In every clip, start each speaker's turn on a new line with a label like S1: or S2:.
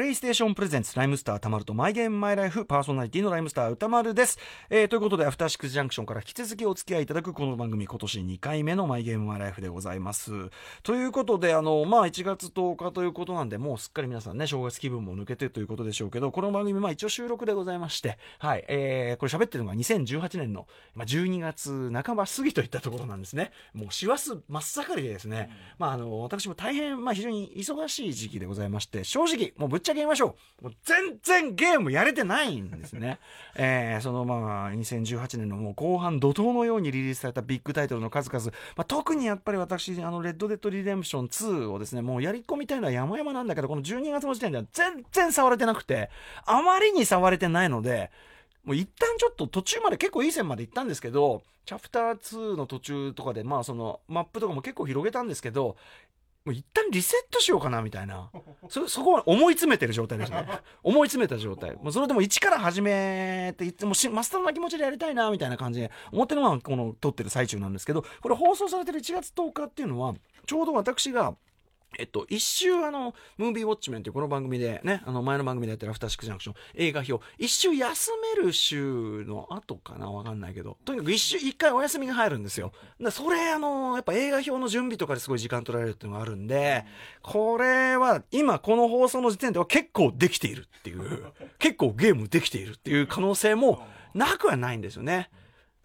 S1: プレイステーションプレゼンツライムスターたまるとマイゲームマイライフパーソナリティのライムスター歌丸です、えーということでアフターシックスジャンクションから引き続きお付き合いいただくこの番組今年2回目のマイゲームマイライフでございますということであのまあ1月10日ということなんでもうすっかり皆さんね正月気分も抜けてということでしょうけどこの番組まあ一応収録でございましてはい、えーこれ喋ってるのが2018年のまあ12月半ば過ぎといったところなんですねもう師走真っ盛りでですね、まああの私も大変まあ非常に忙しい時期でございまして正直もうぶっちゃけ言いましょうもう全然ゲームやれてないんですね、 えーそのまあ2018年のもう後半怒涛のようにリリースされたビッグタイトルの数々、まあ、特にやっぱり私あのレッドデッドリデンプション2をですねもうやり込みたいのは山々なんだけどこの12月の時点では全然触れてなくてあまりに触れてないのでもう一旦ちょっと途中まで結構いい線まで行ったんですけど、チャプター2の途中とかで、まあそのマップとかも結構広げたんですけど、もう一旦リセットしようかなみたいな。そ、そこは思い詰めてる状態ですね。思い詰めた状態。もうそれでも一から始めていって、もうしマスターの気持ちでやりたいなみたいな感じで、思ってるのはこの撮ってる最中なんですけど、これ放送されてる1月10日っていうのは、ちょうど私が、えっと、一周あの、ムービーウォッチメンというこの番組でね、あの前の番組でやってるアフターシックスジャンクション映画表、一周休める週の後かなわかんないけど、とにかく一週、一回お休みが入るんですよ。だそれあの、やっぱ映画表の準備とかですごい時間取られるっていうのがあるんで、これは今この放送の時点では結構できているっていう、結構ゲームできているっていう可能性もなくはないんですよね。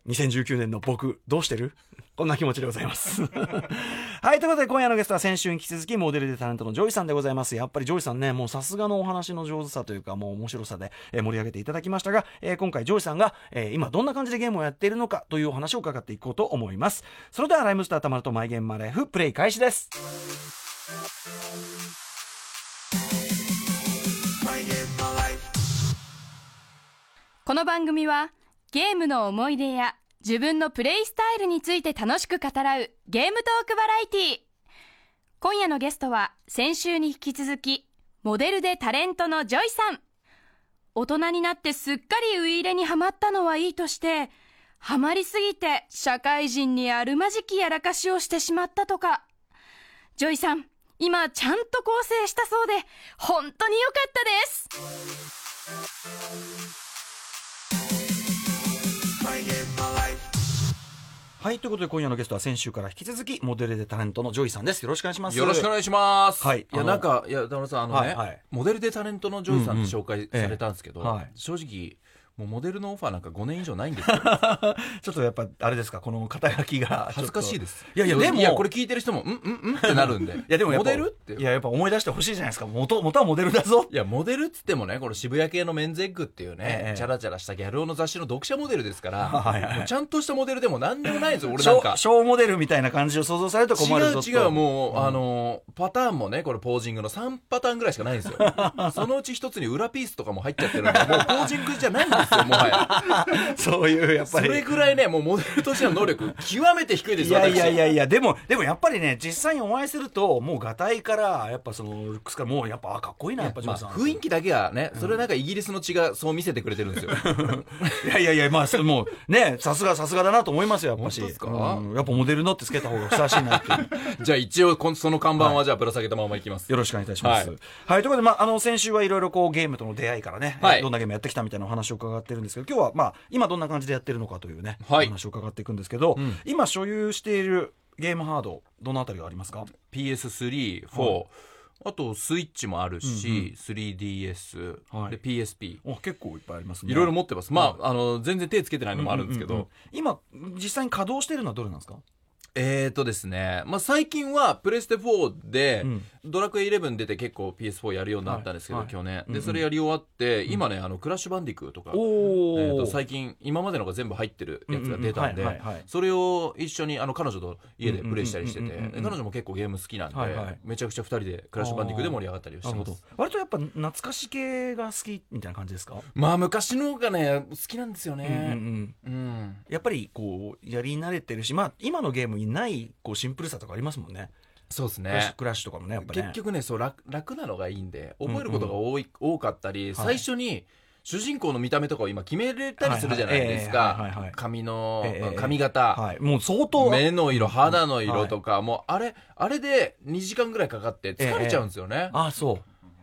S1: 2019年の僕、どうしてるこんな気持ちでございます。 はい、ということで今夜のゲストは先週に引き続きモデルでタレントのジョイさんでございます。やっぱりジョイさんね、もうさすがのお話の上手さというか、もう面白さで、えー盛り上げていただきましたが、えー今回ジョイさんが、えー今どんな感じでゲームをやっているのかというお話を伺っていこうと思います。それではライムスターたまるとマイゲームマイライフプレイ開始です。
S2: この番組はゲームの思い出や自分のプレイスタイルについて楽しく語らうゲームトークバラエティー今夜のゲストは先週に引き続きモデルでタレントのジョイさん大人になってすっかりウイイレにはまったのはいいとしてハマりすぎて社会人にあるまじきやらかしをしてしまったとかジョイさん今ちゃんと構成したそうで本当に良かったです
S1: はい、ということで今夜のゲストは先週から引き続きモデルでタレントのジョイさんです。よろしくお願いします。
S3: よろしくお願いします。
S1: はい
S3: いや、
S1: あの
S3: なんか、いや、田村さん、あのね、
S1: はいはい
S3: モデルでタレントのジョイさんって紹介されたんですけど、
S1: うんうんええはい
S3: 正直、もうモデルのオファーなんか5年以上ないんで すよ。
S1: ちょっとやっぱ、あれですか、この肩書きが。
S3: 恥ずかしいです。
S1: いやいや、でも、
S3: いや、これ聞いてる人も、んんんってなるんで。い
S1: いやでもやっ
S3: モ
S1: ぱ
S3: デルって。
S1: いややっぱ思い出してほしいじゃないですか元元はモデルだぞ
S3: いや、モデルっつってもね、これ渋谷系のメンズエッグっていうね、
S1: ええ
S3: チャラチャラしたギャル男の雑誌の読者モデルですから、
S1: はいはいはい
S3: もうちゃんとしたモデルでも何でもないんですよ、俺なん
S1: 小
S3: か。
S1: 小モデルみたいな感じを想像されると困るぞと
S3: 違う違う、もう、あの、パターンもね、これポージングの3パターンぐらいしかないん ですよ。そのうち一つに裏ピースとかも入っちゃってるんで、もうポージングじゃないんですよ、も はや。
S1: そういうやっぱ
S3: そ
S1: り
S3: れぐらいね、もうモデルとしての能力、極めて低いです
S1: い
S3: よ、
S1: や
S3: 私。
S1: いやいやいやでもでもやっぱりね実際にお会いするともうがたいからやっぱそのルックスからもうやっぱあかっこいいなやっぱジョ
S3: ま
S1: ー
S3: あ
S1: さん、
S3: 雰囲気だけはね、それなんかイギリスの血がそう見せてくれてる んですよ。
S1: いやいやいやまあそれもうねさすがさすがだなと思いますよやっぱし
S3: 本当ですか
S1: うんやっぱモデルのってつけた方がふさわしいなっていう
S3: じゃあ一応、こんその看板はじゃあぶら下げたままいきます。
S1: よろしくお願いいたします。は
S3: はいい、
S1: ということで、まあ、あの、先週はいろいろこう、ゲームとの出会いからね、
S3: はい
S1: えーどんなゲームやってきたみたいなお話を伺ってるんですけど、今日は、まあ、今どんな感じでやってるのかというね、
S3: はい
S1: お話を伺っていくんですけど、
S3: ん
S1: 今所有しているゲームハード、どのあたりがありますか
S3: PS3、4、
S1: はい
S3: あとスイッチもあるし、3DS、
S1: はい
S3: で PSP。
S1: お結構いっぱいありますね。
S3: いろいろ持ってます。まあ、あの、全然手つけてないのもあるんですけど、
S1: ううう今、実際に稼働しているのはどれなんですか
S3: えーとですね、まあ、最近はプレステ4で、
S1: うん
S3: ドラクエ11出て結構 PS4 やるようになったんですけど、
S1: はい
S3: 去年。
S1: うんう
S3: で、
S1: ん
S3: それやり終わって、今ね、あの、クラッシュバンディクーとか、
S1: お
S3: えー
S1: ー
S3: と最近、今までのが全部入ってるやつが出たんで
S1: うんうんうんはいはいはい、
S3: それを一緒に、あの、彼女と家でプレイしたりして
S1: う
S3: て、
S1: んうんうんうんうん
S3: で彼女も結構ゲーム好きなんで、
S1: はいはい
S3: めちゃくちゃ二人でクラッシュバンディクーで盛り上がったりをし
S1: な
S3: て
S1: るほ
S3: ま
S1: ど
S3: す。
S1: 割とやっぱ懐かし系が好きみたいな感じですか、
S3: まあ、昔の方がね、好きなんですよ
S1: うんうんう
S3: ね。
S1: ん
S3: うん。
S1: やっぱりこうやり慣れてるし、まあ、今のゲームにないこうシンプルさとかありますもんね
S3: そうです
S1: クラッシュ
S3: ね。
S1: クラッシュとかもねやっぱね
S3: 結局ねそう楽楽なのがいいんで覚えることが多い、多かったり、
S1: い
S3: 最初に主人公の見た目とかを今決めれたりするじゃないです
S1: はいはいええはいはいは
S3: か
S1: い
S3: 髪の、
S1: ええええ
S3: 髪型、
S1: はい、もう相当
S3: 目の色肌の色とか、もうあれあれで2時間ぐらいかかって疲れちゃうんですよね、
S1: ああそう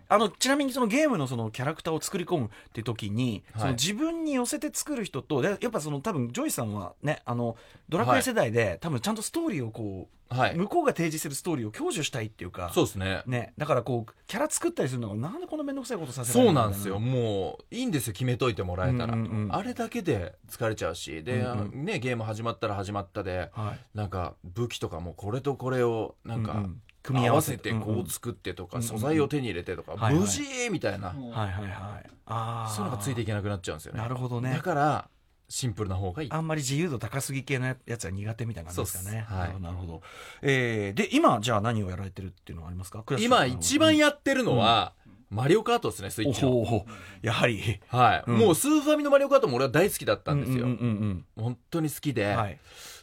S1: あのちなみにそのゲームのそのキャラクターを作り込むって時に、
S3: はい
S1: その自分に寄せて作る人とでやっぱその多分ジョイさんはねあのドラクエ世代で、多分ちゃんとストーリーをこ
S3: は
S1: う
S3: い
S1: 向こうが提示するストーリーを享受したいっていうか
S3: そうですね
S1: ね、だからこうキャラ作ったりするのがなんでこんな面倒くさいことさせられる
S3: そうん
S1: だ
S3: な
S1: ろ
S3: ん
S1: う
S3: ですよもういいんですよ決めといてもらえたら、
S1: うんうんうん
S3: あれだけで疲れちゃうし
S1: う
S3: で、
S1: んうん
S3: あのね、ゲーム始まったら始まったで
S1: はい、
S3: なんか武器とかもこれとこれをなんか、
S1: ううん
S3: 組み合わせて
S1: うん
S3: こ
S1: うん
S3: う作ってとか、
S1: うんうん
S3: 素材を手に入れてとか、
S1: はいはい
S3: 無事みたいな、
S1: はいはいはいああ
S3: そういうのがついていけなくなっちゃうんですよね
S1: なるほどね
S3: だからシンプルな方がいい
S1: あんまり自由度高すぎ系のやつは苦手みたいな感じですかね。
S3: そうっすはい
S1: なるほど。えー、で、今、じゃあ何をやられてるっていうのはありますか
S3: 今一番
S1: や
S3: やってるのは、マリオカートですねスイッチの
S1: おほうほうやはり。
S3: はい、
S1: うん
S3: もうスーファミのマリオカートも俺は大好きだったんですよ、
S1: うんうんうん
S3: 本当に好き
S1: う
S3: で、
S1: ん。はい。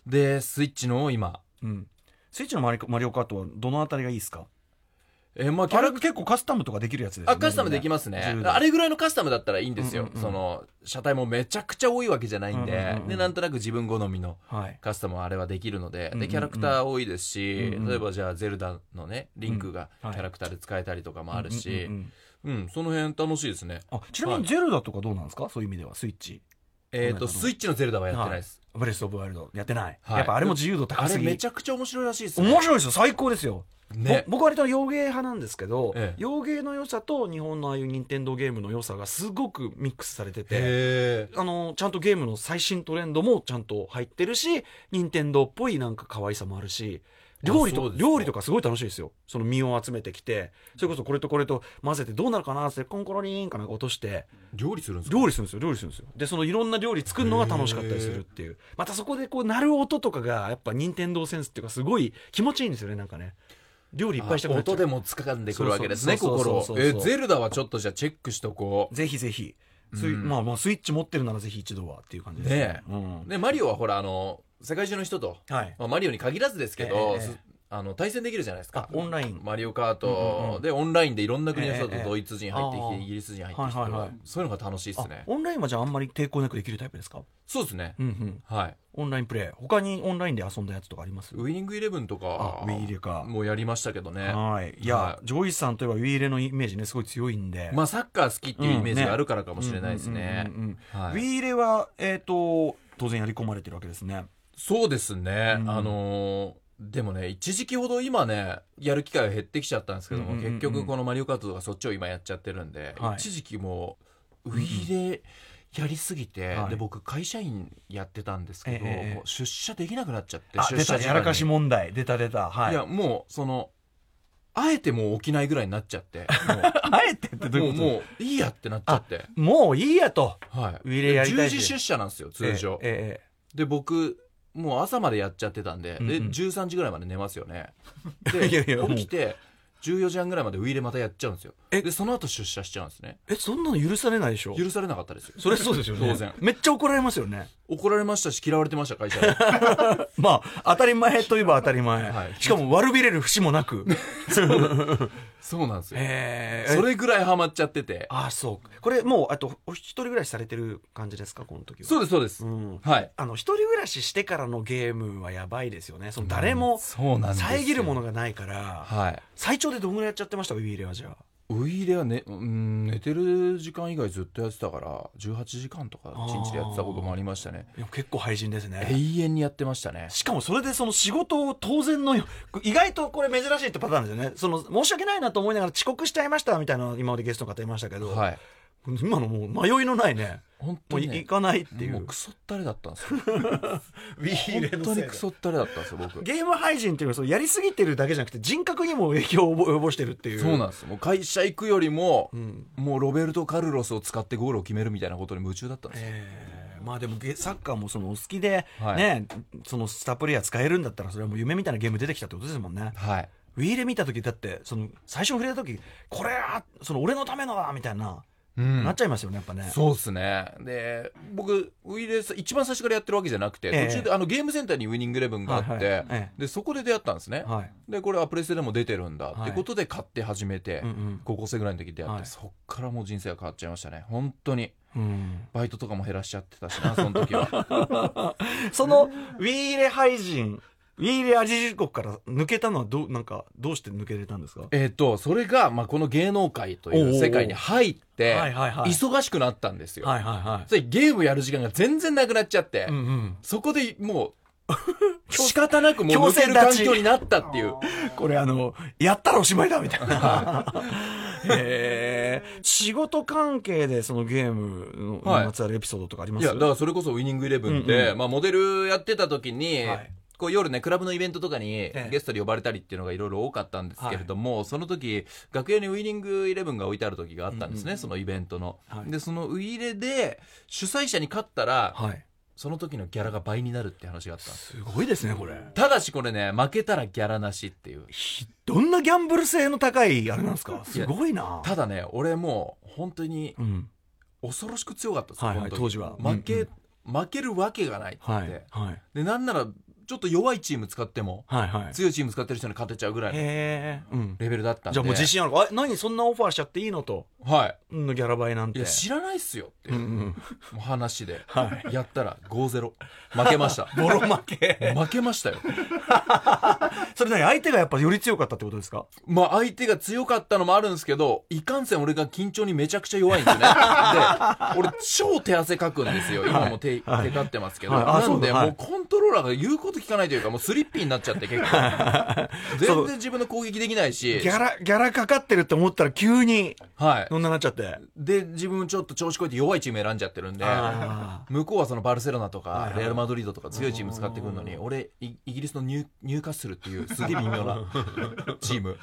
S3: でスイッチのを今
S1: うん。スイッチのマリマリオカートはどのあたりがいいですか
S3: えーまあキ
S1: キ
S3: ャ
S1: ャ
S3: ラ
S1: ラ
S3: ク
S1: 結構カスタムとかできるやつですよね
S3: あカスタムできますね
S1: 自由だ
S3: あれぐらいのカスタムだったらいいんですよ、
S1: うんうんうん
S3: その車体もめちゃくちゃ多いわけじゃないんで、
S1: うんうんうん
S3: でなんとなく自分好みの
S1: はい。
S3: カスタムはあれはできるので
S1: うんうんうん
S3: でキャラクター多いですし、
S1: うんうん
S3: 例えばじゃあゼルダのねリンクが
S1: う
S3: キ
S1: んはい
S3: ャラクターで使えたりとかもある
S1: う
S3: し
S1: んうんうん
S3: うんその辺楽しいですね
S1: あちなみにジェルダとかどうなんですかそういう意味では、スイッチ。
S3: えっ、
S1: そう
S3: と
S1: なんだ
S3: スイッチのゼルダはやってないです、
S1: ブレス・オブ・ワイルド。やってない。
S3: はい
S1: やっぱあれも自由度高
S3: あ
S1: す
S3: れ
S1: ぎ。
S3: めちゃくちゃ面白いらしいですね
S1: 面白いですよ。最高ですよ。
S3: ね
S1: ぼ僕割と洋芸派なんですけど、
S3: ええ
S1: 洋芸の良さと日本のああいう任天堂ゲームの良さがすごくミックスされてて。
S3: へえ
S1: あのちゃんとゲームの最新トレンドもちゃんと入ってるし任天堂っぽいなんか可愛さもあるし料理
S3: あそ
S1: と
S3: うですか
S1: 料理とかすごい楽しいですよその身を集めてきてそれこそこれとこれと混ぜてどうなるかなってコンコロリーンかなんか落として
S3: 料理するんですか
S1: 料理するんですよ料理するんですよでそのいろんな料理作るのが楽しかったりするっていうまたそこでこう鳴る音とかがやっぱ任天堂センスっていうかすごい気持ちいいんですよねなんかね料理いっぱいしたくなっちゃ
S3: 音
S1: う
S3: でも掴んでくるわけですね
S1: そうそう
S3: 心を
S1: そうそう
S3: え
S1: そう
S3: ゼルダはちょっとじゃあチェックしとこ
S1: ぜひぜひスイ、
S3: うん
S1: まあまあスイッチ持ってるならぜひ一度はっていう感じですね
S3: ね
S1: うん
S3: うでマリオはほらあの世界中の人と、
S1: はい
S3: まあ、マリオに限らずですけど、
S1: ええええ
S3: すあの対戦できるじゃないです
S1: あ
S3: か
S1: オンライン
S3: マリオカー
S1: うんうんう
S3: ト
S1: ん
S3: でオンラインでいろんな国の人
S1: えええ
S3: と
S1: え
S3: ドイツ人入ってき
S1: ああ
S3: てイギリス人入ってきてと
S1: はいはいは
S3: か
S1: い
S3: そういうのが楽しいで
S1: あ
S3: すね
S1: オンラインはじゃああんまり抵抗なくできるタイプですか
S3: そうですね
S1: うんうん
S3: はい
S1: オンラインプレイ他にオンラインで遊んだやつとかあります
S3: ウイニングイレブンと
S1: あ
S3: か
S1: ウィーレか
S3: もうやりましたけどね
S1: はいいや、
S3: は
S1: ジョイさんといえばウィーレのイメージねすごい強いんで
S3: まあサッカー好きっていうイメージがあるからか
S1: あ
S3: もしれないですねは
S1: ウ
S3: い
S1: ィーレはえっ、と当然やり込まれてるわけですね
S3: そうですね、
S1: うん
S3: あのーでもね一時期ほど今ねやる機会が減ってきちゃったんですけども、
S1: うんうんうん
S3: 結局この「マリオカート」とかそっちを今やっちゃってるんで、
S1: はい
S3: 一時期もう売りでやりすぎて、
S1: はい
S3: で僕会社員やってたんですけど、
S1: ええ
S3: もう出社できなくなっちゃって
S1: あ
S3: 出
S1: 出
S3: 社
S1: た
S3: 時
S1: や
S3: 間に
S1: らかし問題出た出たはい
S3: いやもうそのあえてもう起きないぐらいになっち ゃって
S1: あえてって
S3: も
S1: も
S3: うもう
S1: う
S3: もういいやってなっちゃって
S1: もうもういいやと
S3: は
S1: ウ
S3: い
S1: ィレやりた
S3: 10
S1: いし
S3: 時出社なんですよ通常、
S1: え
S3: で僕もう朝までやっちゃってたんで,、
S1: うん
S3: で
S1: うん
S3: 13時ぐらいまで寝ます よね
S1: えええ
S3: で
S1: いやいやもう
S3: 起きて14時半ぐらいまでウイイレまたやっちゃうんですよ
S1: え
S3: でその後出社しちゃうんですね
S1: えそんなの許されないでしょ
S3: 許されなかったですよ
S1: それそうですよね
S3: 当然
S1: めっちゃ怒られますよね
S3: 怒られましたし嫌われてました 会社で
S1: まあ当たり前といえば当たり前、
S3: はい
S1: しかも悪びれる節もな く
S3: そうなんですよ
S1: えー
S3: それぐらいハマっちゃってて
S1: ああそうこれもうあとお一人暮らしされてる感じですかこの時は
S3: そうですそうです、
S1: うん
S3: はい
S1: あの一人暮らししてからのゲームはやばいですよねその誰も
S3: そうなんですよ
S1: 遮るものがないから、
S3: はい
S1: 最長でどんぐらいやっちゃってましたウィーレはじゃあ
S3: ウイイレはね、うん、寝てる時間以外ずっとやってたから18時間とか1日でやってたこともありましたね
S1: いや結構廃人ですね
S3: 永遠にやってましたね
S1: しかもそれでその仕事を当然のよ意外とこれ珍しいってパターンですよねその申し訳ないなと思いながら遅刻しちゃいましたみたいなの今までゲストの方いましたけど、
S3: はい
S1: 今のもう迷いのないね
S3: 本
S1: も
S3: 当
S1: う
S3: に、
S1: い
S3: ね、
S1: 行かないってい
S3: も
S1: う
S3: うクソったれだったんで す
S1: ウ
S3: よ
S1: ィーレ
S3: 本
S1: の
S3: 当
S1: せい
S3: に
S1: で
S3: クソったれだったんですよ僕
S1: ゲーム配信っていうのはそうやりすぎてるだけじゃなくて人格にも影響を及ぼしてるっていう
S3: そうなんですよもう会社行くよりも、
S1: ん
S3: もうロベルト・カルロスを使ってゴールを決めるみたいなことに夢中だったんですよ、
S1: えーまあでもゲサッカーもそのお好きで、
S3: はい
S1: ねそのスタープレイヤー使えるんだったらそれはもう夢みたいなゲーム出てきたってことですもんね
S3: はい
S1: ウィーレ見た時だってその最初に触れた時これはその俺のためのだみたいな、
S3: うん
S1: なっちゃいますよねやっぱね
S3: そうですねで僕ウィレス一番最初からやってるわけじゃなくて、
S1: ええ
S3: 途中であのゲームセンターにウイニングイレブンがあって、
S1: はいはいええ
S3: でそこで出会ったんですね、
S1: はい
S3: でこれアプレステでも出てるんだってことで買って始めて、
S1: うんうん
S3: 高校生ぐらいの時出会って、
S1: はい
S3: そっからもう人生が変わっちゃいましたね本当に
S1: うん
S3: バイトとかも減らしちゃってたしなその時は
S1: そのウィーレ廃人ウィーレ・アジジ国から抜けたのはどうなんかどうして抜けれたんですか
S3: えっと、それが、まあ、この芸能界という世界に入って、
S1: おうおうはいはいはい
S3: 忙しくなったんですよ。
S1: はいはいは
S3: それゲームやる時間が全然なくなっちゃって、
S1: い。うんうん。
S3: そこでも う、仕方なくもう抜ける環境になったっていう。
S1: これあの、やったらおしまいだみたいな。 へえ。仕事関係でそのゲームの
S3: はい
S1: にまつわるエピソードとかありま
S3: い
S1: す
S3: や、だからそれこそウィニングイレブンで、
S1: うんう
S3: まあモデルやってた時に、
S1: はい
S3: こう夜ね、クラブのイベントとかに
S1: え
S3: ゲストで呼ばれたりっていうのがいろいろ多かったんですけれども、その時、楽屋にウィニングイレブンが置いてある時があったんですね、
S1: うんうん
S3: そのイベントの。
S1: はい
S3: で、そのウイイレで、主催者に勝ったら、
S1: はい。
S3: その時のギャラが倍になるって話があったんです。
S1: すごいですね、これ。
S3: ただしこれね、負けたらギャラなしっていう。
S1: ひどんなギャンブル性の高いあれなんですかすごいな。
S3: ただね、俺もう本当に
S1: うん。
S3: 恐ろしく強かったんですよ、
S1: はいはい
S3: この
S1: 当時は
S3: 負け、
S1: うん
S3: 負けるわけがないって言っ
S1: は
S3: て、
S1: い。はい。
S3: でなんならちょっと弱いチーム使っても
S1: はいはい。
S3: 強いチーム使ってる人に勝てちゃうぐらいの
S1: へえ。うん。
S3: レベルだったんで
S1: じゃあもう自信あるかあ、何そんなオファーしちゃっていいのと。
S3: は
S1: うんのギャラ倍なん
S3: い
S1: て。
S3: いや知らないっすよって
S1: う
S3: い
S1: ん
S3: う,、
S1: うん。
S3: もう話で、やったら5-0負けました
S1: ボロ負 け。
S3: 負けましたよ
S1: それ何相手がやっぱより強かったってことですか
S3: まあ相手が強かったのもあるんですけどいかんせん俺が緊張にめちゃくちゃ弱いんですよねで俺超手汗かくんですよ今も手,、
S1: はい
S3: 手かってますけど、
S1: はいあ
S3: なんで
S1: そうだはい
S3: もうコントローラーが言うこと聞かないというかもうスリッピーになっちゃって 結構全然自分の攻撃できないし
S1: ギャラ、ギャラかかってるって思ったら急に、
S3: はい
S1: そんななっちゃって。
S3: で自分ちょっと調子こいて弱いチーム選んじゃってるんで
S1: あ
S3: 向こうはそのバルセロナと
S1: はい
S3: か
S1: はい
S3: レアル・マドリードとか強いチーム使ってくるのに俺イイギリスのニューニューカッスルっていうすげえ微妙なチーム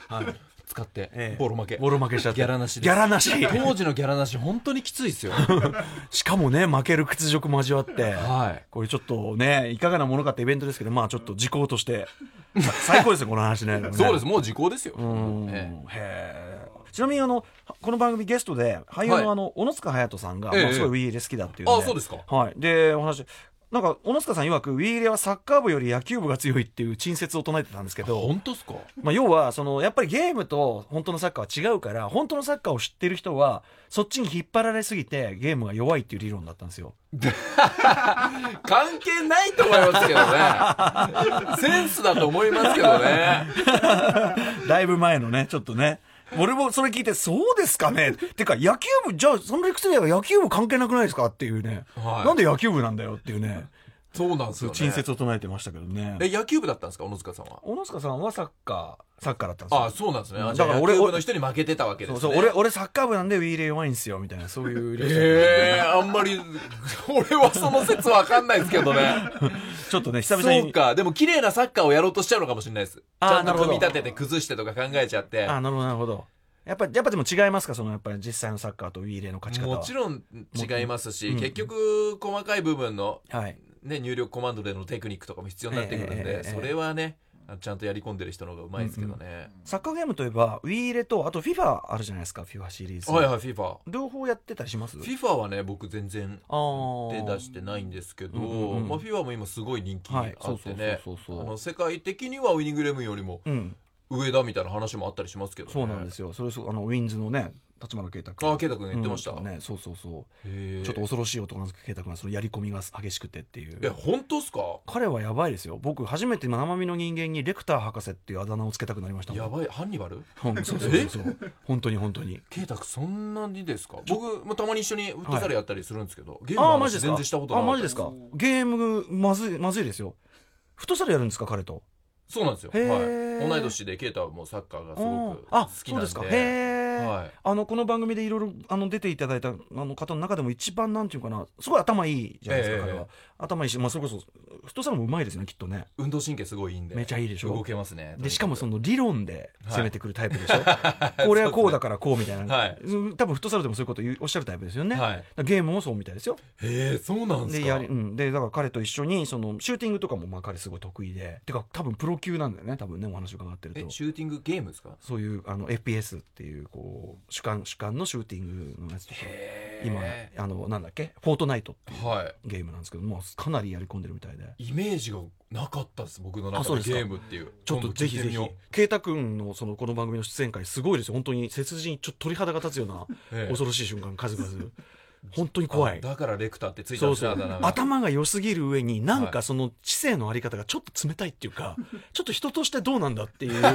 S3: 使って
S1: ええ
S3: ボロ負け
S1: ボロ負けしちゃって。
S3: ギャラなしです
S1: ギャラなし。
S3: 当時のギャラなし本当にきついですよ
S1: しかもね、負ける屈辱交わって。
S3: はい
S1: これちょっとね、いかがなものかってイベントですけど、まあちょっと時効として、最高ですね、この話ね。。
S3: そうですすもう時効ですよ
S1: うん。
S3: ええ
S1: へえ。ちなみにあの、この番組ゲストで、俳優
S3: はい
S1: のあの、小野塚隼人さんが、
S3: ええ
S1: まあすごいウィーレ好きだっていうんで。
S3: あそうですか
S1: はい。で、お話、なんか、小野塚さん曰く、ウィーレはサッカー部より野球部が強いっていう陳説を唱えてたんですけど、
S3: 本当っすか
S1: まあ、要はそのやっぱりゲームと本当のサッカーは違うから本当のサッカーを知ってる人はそっちに引っ張られすぎてゲームが弱いっていう理論だったんですよ
S3: 関係ないと思いますけど ねセンスだと思いますけどね
S1: だいぶ前のねちょっとね俺もそれ聞いてそうですかねってか野球部じゃあその理屈では野球部関係なくないですかっていうね、
S3: はい
S1: なんで野球部なんだよっていうね
S3: そうなんですよね
S1: 陳説を唱えてましたけどね
S3: え野球部だったんですか小野塚さんは
S1: 小野塚さんはサッカーサッカーだったんですよ
S3: あそうなんですね。
S1: うん
S3: だか
S1: だからら
S3: 俺
S1: 俺
S3: 部の人に負けてたわけです
S1: そう
S3: ね。
S1: そう俺俺サッカー部なんでウィーレー弱いんですよみたいなそういう理屈
S3: ええあんまり、俺はその説わかんないですけどね。
S1: ちょっとね久々に
S3: そうか。でも綺麗なサッカーをやろうとしちゃうのかもしれないです。ち
S1: あー
S3: ゃん
S1: なる
S3: と
S1: ほど
S3: 組み立てて崩してとか考えちゃって。
S1: あなるほどなるほどやっぱやっぱでも違いますかそのやっぱり実際のサッカーとウィーレの勝ち方は
S3: もちろん違いますし、
S1: うん
S3: 結局細かい部分の、
S1: はい
S3: ね、入力コマンドでのテクニックとかも必要になってくるんで、
S1: ええええええ
S3: それはね、ちゃんとやり込んでる人の方がうまいですけどね。
S1: サッカーゲームといえばウィーレとあと FIFA あるじゃないですか FIFA シリーズ、
S3: はいはい、FIFA。
S1: 両方やってたりします
S3: FIFA はね、僕全然
S1: あー
S3: 手出してないんですけど、
S1: うんうんうん
S3: まあ、FIFA も今すごい人気あ
S1: は
S3: っ
S1: いそう
S3: て
S1: そう
S3: ね
S1: そう
S3: あ
S1: そうそう
S3: の世界的にはウイニングイレブンよりも
S1: うん
S3: 上だみたいな話もあったりしますけど、ね、
S1: そうなんですよそれそうあのウィンズのね立花慶太君
S3: ああ圭太君言ってました、
S1: うんねそうそうそう、
S3: へえ
S1: ちょっと恐ろしい男なんですけど慶太君はそのやり込みが激しくてっていう
S3: え本当っすか
S1: 彼はやばいですよ僕初めて生身の人間にレクター博士っていうあだ名をつけたくなりましたもん
S3: やばいハンニバル
S1: うんそうそうそうそう本当に本当に
S3: 圭太君そんなにですか僕もたまに一緒にフットサルやったりするんですけど、ゲーム
S1: あ
S3: の
S1: あマジ
S3: 話
S1: ですか
S3: 全然したことない
S1: あマジですかゲームまずいまずいですよフットサルやるんですか彼と
S3: そうなんですよ、
S1: へえ
S3: はい、同い年で圭太はもうサッカーがすご
S1: うん
S3: く好
S1: あ
S3: き
S1: そう
S3: なん
S1: で
S3: です
S1: かへえ、
S3: はい
S1: あのこの番組でいろいろあの出ていただいたあの方の中でも一番なんていうかなすごい頭いいじゃないですか、
S3: ええ
S1: 彼は頭いいし、まあ、それこそフットサルもうまいですよねきっとね
S3: 運動神経すごいいいんで
S1: めちゃいいでしょ
S3: 動けますね
S1: でしかもその理論で攻めてくるタイプ でしょ、
S3: い
S1: これはこうだからこうみたいな、
S3: はい
S1: うん多分フットサルでもそういうこと言うおっしゃるタイプですよね、
S3: は
S1: だ
S3: い
S1: からゲームもそうみたいですよ
S3: へえそうなんです
S1: で
S3: か
S1: やり、うん、でだから彼と一緒にそのシューティングとかもまあ彼すごい得意でてか多分プロ級なんだよね多分ねお話伺ってる
S3: え
S1: と
S3: シューティングゲームですか
S1: そういうあの FPS っていうこう主観主観のシューティングのやつとか今
S3: へ
S1: あのなんだっけ「フォートナイト」っていう
S3: はい
S1: ゲームなんですけどもうかなりやり込んでるみたいで
S3: イメージがなかったです僕の
S1: あそ
S3: 中
S1: うですか
S3: でゲームっていう
S1: ちょっとぜひぜひ
S3: 今度聞いてみよ
S1: 慶太君のそのこの番組の出演会すごいですよ本当に切人ちょっと鳥肌が立つような
S3: ええ
S1: 恐ろしい瞬間数々本当に怖い。
S3: だからレクターってついた
S1: そ
S3: ん
S1: う
S3: です
S1: そ
S3: ね
S1: う
S3: あだ名が
S1: 頭が良すぎる上になん
S3: は
S1: かその知性のあり方がちょっと冷たいっていう かちょっと人としてどうなんだっていう感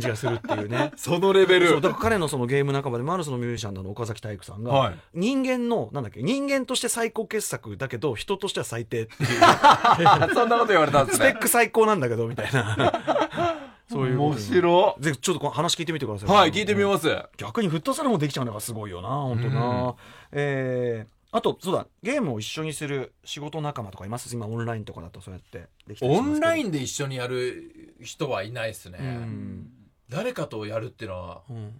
S1: じがするっていうね。
S3: そのレベル
S1: そうだから彼のそのゲーム仲間でもあるそのミュージシャンの岡崎体育さんが、
S3: はい
S1: 人間のなんだっけ人間として最高傑作だけど人としては最低っていう
S3: あそんなこと言われたんで
S1: ス
S3: す
S1: ペッ
S3: ね
S1: ク最高なんだけどみたいな そういうこと
S3: 面
S1: に
S3: 白
S1: ぜひちょっとこの話聞いてみてください
S3: はい聞いてみますは
S1: 逆にフットサルもできちゃうのがすごいよな本当な、
S3: う
S1: えーあとそうだゲームを一緒にする仕事仲間とかいます今オンラインとかだとそうやってできたりします
S3: オ
S1: けど
S3: ンラインで一緒にやる人はいないですね、
S1: うん、
S3: 誰かとやるっていうのは
S1: うん、やっ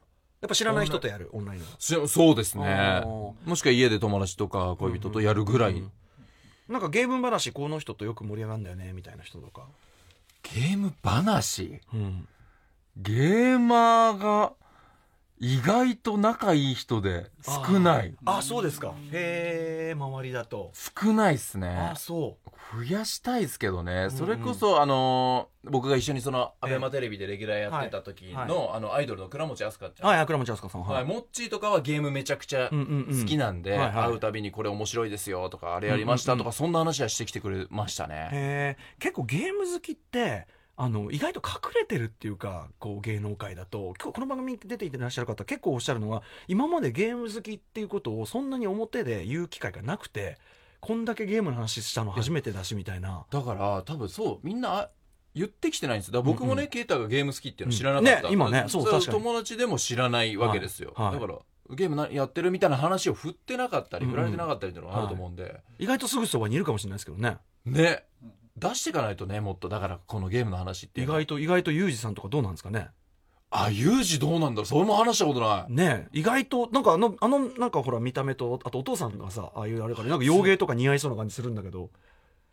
S1: ぱ知らない人とやるオンラインは
S3: しそうですね
S1: あー
S3: もしくは家で友達とか恋人とやるぐらい、
S1: うんなんかゲーム話この人とよく盛り上がるんだよねみたいな人とか、
S3: ゲーム話
S1: うん、
S3: ゲーマーが意外と仲いい人で少ない
S1: あそうですかへえ周りだと
S3: 少ないっすね
S1: あそう
S3: 増やしたいですけどね
S1: ん
S3: それこそあのー僕が一緒にそのアベマテレビでレギュラーやってた時
S1: はいは
S3: のあのアイドルの倉持飛鳥ちゃん
S1: はい倉持飛鳥さん
S3: はい、モッチーとかはゲームめちゃくちゃ
S1: うんうんうん
S3: 好きなんで、
S1: はいはい
S3: 会うたびにこれ面白いですよとか、あれやりましたとか、そんな話はしてきてくれましたね。
S1: へえ結構ゲーム好きってあの意外と隠れてるっていうかこう芸能界だと今日この番組に出ていらっしゃる方結構おっしゃるのは今までゲーム好きっていうことをそんなに表で言う機会がなくてこんだけゲームの話したの初めてだしみたいな。
S3: だから、多分そう、みんなあ言ってきてないんですだから僕も
S1: うんう
S3: ね、ケイタがゲーム好きっていうの知らなかった。
S1: ね今ねそう
S3: れは
S1: 確かに
S3: 友達でも知らないわけですよ。
S1: はいはい
S3: だから、ゲームなやってるみたいな話を振ってなかったり、
S1: うんうん
S3: 振られてなかったりっていうのがあると思うんで、
S1: 意外とすぐそばにいるかもしれないですけどね
S3: ね。出していかないとね、もっと、だから、このゲームの話ってい
S1: 意
S3: うのは。
S1: 外と意外とユージさんとかどうなんですかね
S3: あ、ユージどうなんだろうそれも話したことない。
S1: ねえ意外となんかあのあのなんかほら見た目とあとお父さんがさああいうあれからなんか洋芸とか似合いそうな感じするんだけど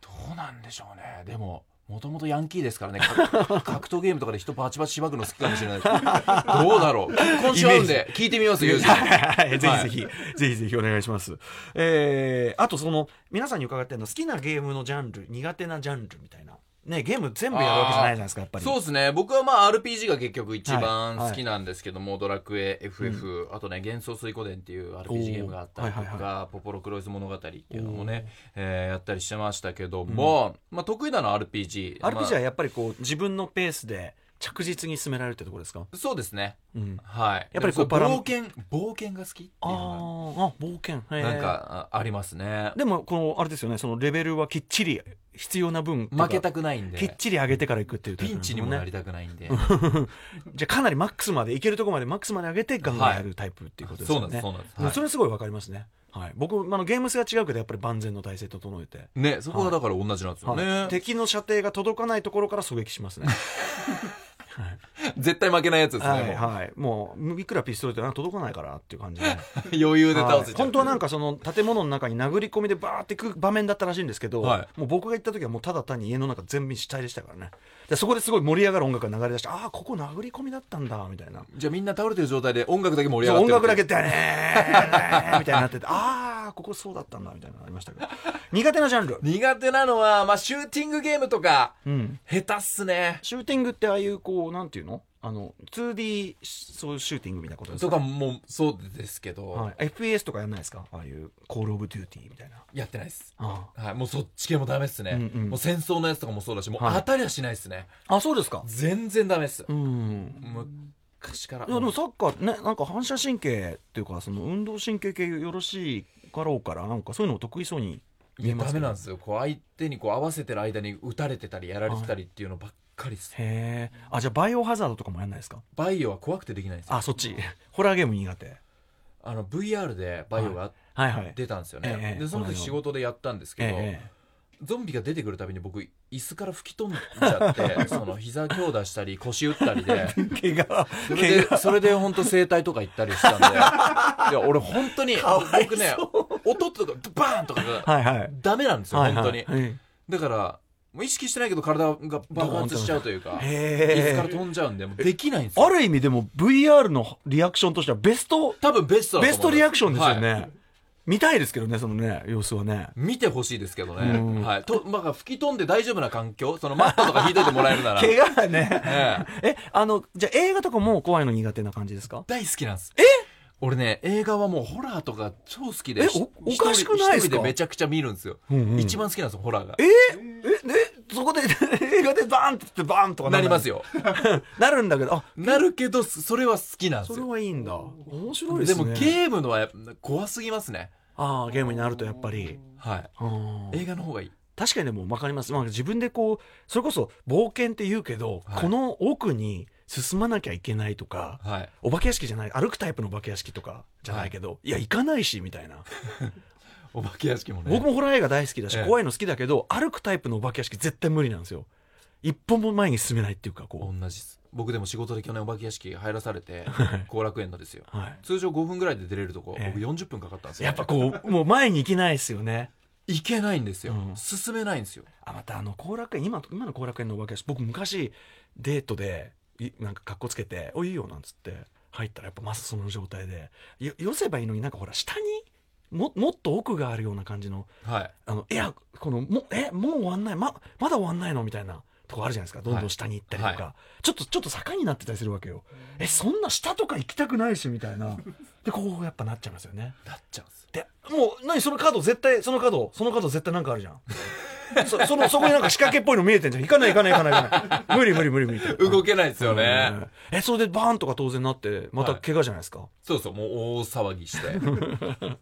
S3: どうなんでしょうねでももともとヤンキーですから ねか格闘ゲームとかで人バチバチしばくの好きかもしれないですどうだろう今週合うんで聞いてみますよ
S1: はいぜひぜひ、ぜひぜひお願いします。えー、あとその、皆さんに伺ってるの、好きなゲームのジャンル、苦手なジャンルみたいな。ね、ゲーム全部やるわけじゃないじゃないですか、やっぱり。
S3: そうですね僕はまあ RPG が結局一番
S1: はい
S3: 好きなんですけども、ドラクエ FF、あとね幻想水湖伝っていう
S1: おー
S3: RPG ゲームがあったりとか、
S1: はいはい
S3: ポポロクロイズ物語っていうのもね、えーやったりしてましたけども、まあ得意なのは RPG
S1: RPG は
S3: ま
S1: やっぱりこう、自分のペースで着実に進められるってところですか
S3: あそうですね
S1: うん。
S3: はい
S1: やっぱりこう
S3: でも
S1: バラ
S3: 冒険冒険が好きっていう
S1: あー
S3: の
S1: あ、冒険。へ
S3: が
S1: ー
S3: なん。かあありますね
S1: でも、この、あれですよね、そのレベルはきっちり、必要な分。
S3: 負けたくないん
S1: きっ
S3: で
S1: ちり上げてからいくっていうタイ
S3: ピ
S1: プな
S3: ン
S1: んで
S3: チ
S1: す
S3: に
S1: もん
S3: も
S1: ね
S3: なりたくないんで
S1: じゃあかなりマックスまでいけるところまでマックスまで上げてガンガンやるタイプっていうことです
S3: そう
S1: よね、
S3: なんですそうなんです、
S1: それすごいわかりますね。はい、僕あのゲーム性は違うけどやっぱり万全の体制整えて、
S3: ねそこがだから同じなんですよね、
S1: はい敵の射程が届かないところから狙撃します ね。
S3: 絶対負けないやつですね、
S1: はい、
S3: も
S1: はい、もういくらピストルでもあ届かないからっていう感じ で。
S3: う余裕で倒
S1: は
S3: せ
S1: い
S3: ちゃう、
S1: 本当はなんかその建物の中に殴り込みでバーってく場面だったらしいんですけど、
S3: は
S1: もう僕が行った時はもうただ単に家の中全面死体でしたからねでそこですごい盛り上がる音楽が流れ出してああここ殴り込みだったんだみたいな
S3: じゃあみんな倒れてる状態で音楽だけ盛り上
S1: そう
S3: がっ
S1: 音
S3: て
S1: 楽だ
S3: る
S1: けだね ーみたいになっててああここそうだったんだみたいなのありましたけど苦手なジャンル、
S3: 苦手なのは、まあ、シューティングゲームとか
S1: うん、
S3: 下手っすね
S1: シューティングってああいうこうなんていうのあの 2D そういうシューティングみたいなことです
S3: と
S1: か
S3: かもそうですけど、
S1: はい、FPS とかやんないですかああいうコールオブデューティーみたいな
S3: やってないです
S1: あ
S3: はい、もうそっち系もダメっすね、
S1: うんうん
S3: もう戦争のやつとかもそうだしもう
S1: はい
S3: 当たりはしないっすね、
S1: あそうですか
S3: 全然ダメっす、
S1: うん
S3: 昔から
S1: いやでもサッカーねなんか反射神経っていうかその運動神経系よろしいかろうからなんかそういうの得意そうに
S3: い
S1: 見え
S3: や
S1: ま
S3: ダ
S1: すけ
S3: メ
S1: ど
S3: なんですよこう相手にこう合わせてる間に打たれてたりやられてたりっていうのばっかりです、
S1: へえあじゃあバイオハザードとかもやんないですか
S3: バイオは怖くてできないんですよ
S1: あそっちホラーゲーム苦手
S3: あの VR でバイオが
S1: はいはい
S3: 出たんですよ
S1: え
S3: ね、
S1: え
S3: でその時仕事でやったんですけど、
S1: え
S3: ゾンビが出てくるたびに僕椅子から吹き飛んじゃって その膝強打したり腰打ったりで
S1: え 怪我
S3: それでそれで本当整体とか行ったりしたんで いや俺本当に僕ね音とかバーンとかが
S1: はいはい
S3: ダメなんですよ
S1: はい
S3: 本当に、
S1: はいはい
S3: だからもう意識してないけど体が爆発しちゃうというか椅子から
S1: へえ
S3: 飛んじゃうんでもうできないんですよ
S1: ある意味でも VR のリアクションとしてはベスト
S3: 多分ベストだ
S1: ベ
S3: と
S1: ス
S3: 思
S1: ト
S3: う
S1: リアクションですよね、
S3: はい
S1: 見たいですけどねそのね様子はね
S3: 見てほしいですけど
S1: うん
S3: ね、はい、とまあ吹き飛んで大丈夫な環境そのマットとか引いといてもらえる なら、
S1: 怪我がね
S3: ええ
S1: えあのじゃあ映画とかも怖いの苦手な感じですか
S3: 大好きなんです俺ね映画はもうホラーとか超好きで
S1: え
S3: ひ
S1: おおかしくないですか
S3: 一人一人でめちゃくちゃ見るんですよ、
S1: うんうん
S3: 一番好きなんですよホラーが
S1: えええそこで 映画でバーンって言ってバーンとか
S3: なります
S1: よ
S3: よ
S1: なるんだけどあ
S3: なるけどそれは好きなんで
S1: そ
S3: す
S1: れ
S3: よ
S1: はいいんだ面白いで
S3: で
S1: ね
S3: すもゲームのはやっぱ怖すぎますね
S1: ああゲームになるとやっぱり
S3: はい
S1: うん
S3: 映画の方がいい
S1: 確かにでも分かります、まあ、自分でこうそれこそ冒険って言うけど、
S3: はい
S1: この奥に進まなきゃいけないとか
S3: はい
S1: お化け屋敷じゃない歩くタイプのお化け屋敷とかじゃないけど、い、や行かないしみたいな、
S3: お化け屋敷もね
S1: 僕もホラー映画大好きだし、
S3: ええ
S1: 怖いの好きだけど歩くタイプのお化け屋敷絶対無理なんですよ一歩も前に進めないっていうかこ
S3: 同じです僕でも仕事で去年お化け屋敷入らされて
S1: はい
S3: 後楽園のですよ
S1: う、はい、
S3: 通常5分ぐらいで出れるとこ
S1: ええ
S3: 僕40分かかったんですよ
S1: やっぱこうもう前に行けないですよね
S3: 行けないんですよ、
S1: うん
S3: 進めないんですよ
S1: あまたあの後楽園今今の後楽園のお化け屋敷僕昔デートでいなんか格好つけて「おいいよ」なんつって入ったらやっぱまさその状態でよ寄せばいいのになんかほら下にももっと奥があるような感じの
S3: はい
S1: あのいやこのもえもう終わんないままだ終わんないのみたいなとこあるじゃないですかどんどん下に行ったりとか、
S3: はいは
S1: ちょっとちょっと坂になってたりするわけよえそんな下とか行きたくないしみたいなでこうやっぱなっちゃいますよね
S3: なっちゃうんです
S1: でもう何その角絶対その角その角絶対なんかあるじゃんそ そのそこになんか仕掛けっぽいの見えてんじゃん行かない行かない行かない行か ない無理無理無理無理
S3: 動
S1: き
S3: けないですよね、
S1: えそれでバーンとか当然なってまた怪我じゃないですか、
S3: そうそうもう大騒ぎして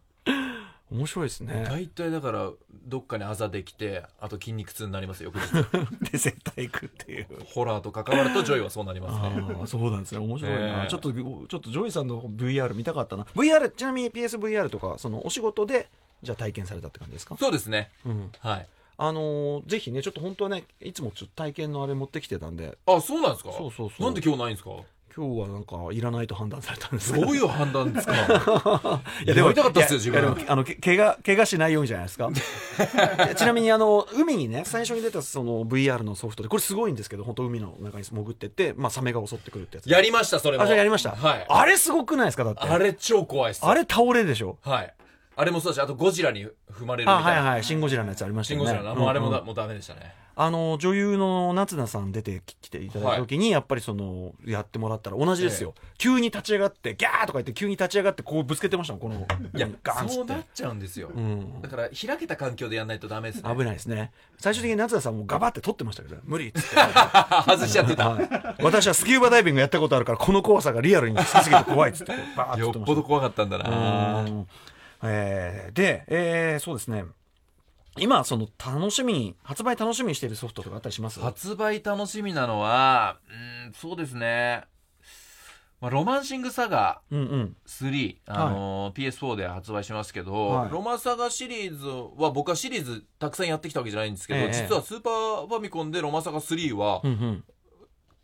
S1: 面白いですね
S3: 大体だからどっかにあざできてあと筋肉痛になりますよ翌日
S1: で絶対行くっていう
S3: ホラーと関わるとジョイはそうなります
S1: あ
S3: ね
S1: あそうなんですね面白いな、
S3: ねえ
S1: ちょっとちょっとジョイさんの VR 見たかったな VR ちなみに PSVR とかそのお仕事でじゃあ体験されたって感じですか
S3: そうですね
S1: うん
S3: はい
S1: あのーぜひねちょっと本当はねいつもちょっと体験のあれ持ってきてたんで
S3: あそうなんですか
S1: そうそうそう
S3: なんで今日ないんですか
S1: 今日はなんかいらないと判断されたんです
S3: どういう判断ですか
S1: いやでも
S3: やりたかったっすよ
S1: い
S3: 自
S1: やい
S3: 分
S1: やでもあのけ怪我怪我しないようにじゃない ですかいやちなみにあの海にね最初に出たその VR のソフトでこれすごいんですけど本当海の中に潜ってって、まあ、サメが襲ってくるってやつ
S3: やりましたそれも
S1: あそれやりました、
S3: はい
S1: あれすごくないですかだって
S3: あれ超怖いっすよ
S1: あれ倒れるでしょ
S3: はいあれもそうだしあとゴジラに踏まれるみたいな
S1: あはいはい「シン・ゴジラ」のやつありました
S3: シン
S1: よ
S3: ゴ
S1: ね
S3: ジラなもうあれもだ
S1: うんうん
S3: もうダメでしたね
S1: あの女優の夏菜さん出てききていただいた時に、やっぱりそのやってもらったら同じですよ、急に立ち上がってギャーとか言って急に立ち上がってこうぶつけてましたもんこの
S3: いや
S1: ガンっつ
S3: そ
S1: っ
S3: う
S1: て
S3: なっちゃうんですよ
S1: ん
S3: だから開けた環境でやんないとダメですね
S1: 危ないですね最終的に夏田さんもガバって取ってましたけど無理っつ って、
S3: あ外しちゃってた
S1: はい私はスキューバダイビングやったことあるからこの怖さがリアルに好きすぎて怖いっつってこうバーッ
S3: よ
S1: と
S3: っ
S1: 取って
S3: ぽ
S1: ま
S3: ど
S1: し
S3: 怖かったんだ
S1: た
S3: な
S1: うんえーで、えーそうですね今その楽しみに発売楽しみにしているソフトとかあったりします
S3: 発売楽しみなのはうーんそうですね、まあ、ロマンシングサガ
S1: うんうん
S3: 3、あのー PS4 で発売しますけど、
S1: はい
S3: ロマサガシリーズは僕はシリーズたくさんやってきたわけじゃないんですけど、
S1: ええ
S3: 実はスーパーファミコンでロマサガ3は
S1: うんうん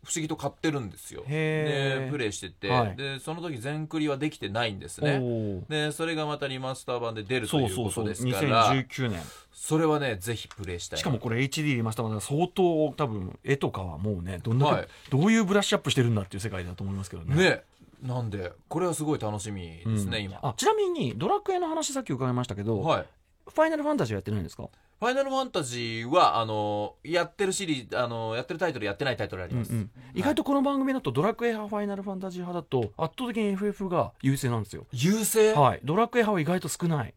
S3: 不思議と買ってるんですよ、
S1: へー
S3: でプレイしてて、
S1: はい
S3: でその時全クリはできてないんです
S1: お
S3: ね
S1: ー
S3: でそれがまたリマスター版で出ると
S1: そ
S3: いうう
S1: そ
S3: こ
S1: うそ
S3: と
S1: う
S3: ですから
S1: 2019年
S3: それはねぜひプレイしたい
S1: しかもこれ HD リマスター版だから相当多分絵とかはもうねどんな、
S3: はい
S1: どういうブラッシュアップしてるんだっていう世界だと思いますけどね
S3: ねなんでこれはすごい楽しみですね、
S1: うん
S3: 今
S1: あちなみにドラクエの話さっき伺いましたけど、
S3: はい
S1: ファイナルファンタジーはやってないんですか
S3: ファイナルファンタジーはあのやってるシリーズあのやってるタイトルやってないタイトルあります、
S1: 意外とこの番組だとドラクエ派ファイナルファンタジー派だと圧倒的に FF が優勢なんですよ
S3: 優勢、
S1: はいドラクエ派は意外と少ない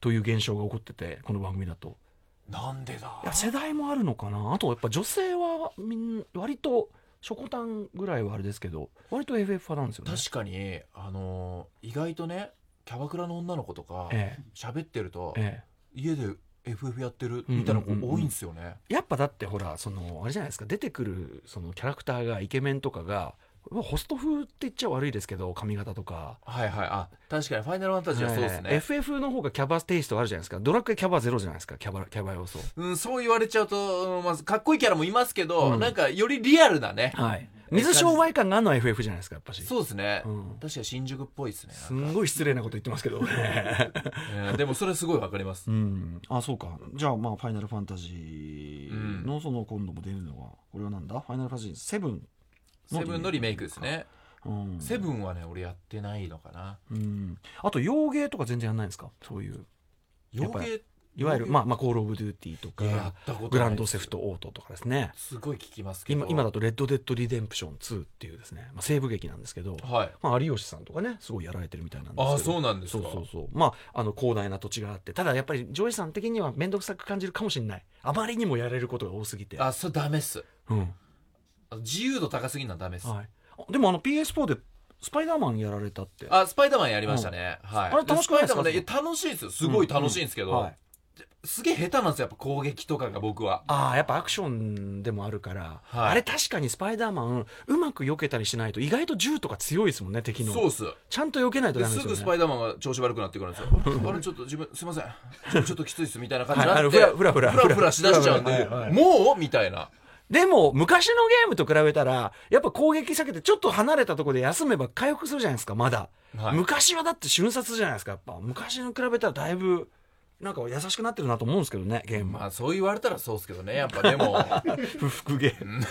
S1: という現象が起こっててこの番組だと
S3: なんでだ
S1: いや世代もあるのかなあとやっぱ女性はみん割とショコタンぐらいはあれですけど割と FF 派なんですよね
S3: 確かにあの意外とねキャバクラの女の子とか
S1: え
S3: 喋ってると
S1: ええ
S3: 家で FF やってるみたいな子
S1: うんうんうんうん
S3: 多いんですよね、
S1: えやっぱだってほらそのあれじゃないですか出てくるそのキャラクターがイケメンとかがまあホスト風って言っちゃ悪いですけど髪型とか
S3: はいはいあ確かにファイナルファンタジーはそうですね、
S1: はい FF の方がキャバテイストあるじゃないですかドラクエキャバゼロじゃないですかキャバキャバ要素
S3: うん、そう言われちゃうと、うんまずかっこいいキャラもいますけど、
S1: うん
S3: なんかよりリアルなね、
S1: はい水商売感があるのは FF じゃないですかやっぱし
S3: そうですね、
S1: うん
S3: 確かに新宿っぽいですね
S1: すんごい失礼なこと言ってますけど
S3: えーでもそれすごいわかります
S1: うんあそうかじゃあまあファイナルファンタジーのその今度も出るのはこれはなんだファイナルファンタジー7
S3: セブンのリメイクですね
S1: うん
S3: セブンはね俺やってないのかな
S1: うんあと洋芸とか全然やんないんですかそういうや
S3: 洋
S1: っぱり
S3: 芸
S1: いわゆる、まあ、まあ、コール・オブ・デューティーと
S3: いやや
S1: か
S3: ったことない、
S1: グランド・セフト・オートとかですね。
S3: すごい聞きますけど
S1: 今今だと「レッド・デッド・リデンプション2」っていうですね、まあ、西部劇なんですけど、
S3: はい
S1: まあ、有吉さんとかねすごいやられてるみたいなんですけど
S3: あそうなんですか
S1: そうそうそうまああの広大な土地があってただやっぱりジョイさん的には面倒くさく感じるかもしれないあまりにもやれることが多すぎて
S3: あそれダメっす
S1: うん
S3: あ自由度高すぎるのはダメっす、
S1: はい、あでもあの PS4 で「スパイダーマン」やられたって
S3: あスパイダーマンやりましたね、はい
S1: あれ楽しくないですか
S3: スパイダーマンねいや楽しいですよすごい楽しいんですけど、
S1: うはい
S3: すげえ下手なんですよやっぱ攻撃とかが僕は
S1: ああやっぱアクションでもあるから、
S3: はい
S1: あれ確かにスパイダーマンうまく避けたりしないと意外と銃とか強いですもんね敵の
S3: そうっす
S1: ちゃんと避けないと
S3: で
S1: ダメですすよ
S3: ぐ
S1: ね
S3: スパイダーマンが調子悪くなってくるんで すよあれちょっと自分すいません自分ちょっときついっすみたいな感じに
S1: はいあ
S3: な
S1: の
S3: って
S1: ふらふらふら
S3: ふらふらしだしちゃうんで、
S1: ふらふらはいはい
S3: もうみたいな
S1: でも、昔のゲームと比べたら、やっぱ攻撃避けて、ちょっと離れたところで休めば回復するじゃないですか、まだ。
S3: はい
S1: 昔はだって瞬殺じゃないですか、やっぱ。昔に比べたらだいぶ、なんか優しくなってるなと思うんですけどね、ゲーム
S3: ま
S1: は。
S3: あそう言われたらそうっすけどねやっぱでも
S1: 不服ゲーム。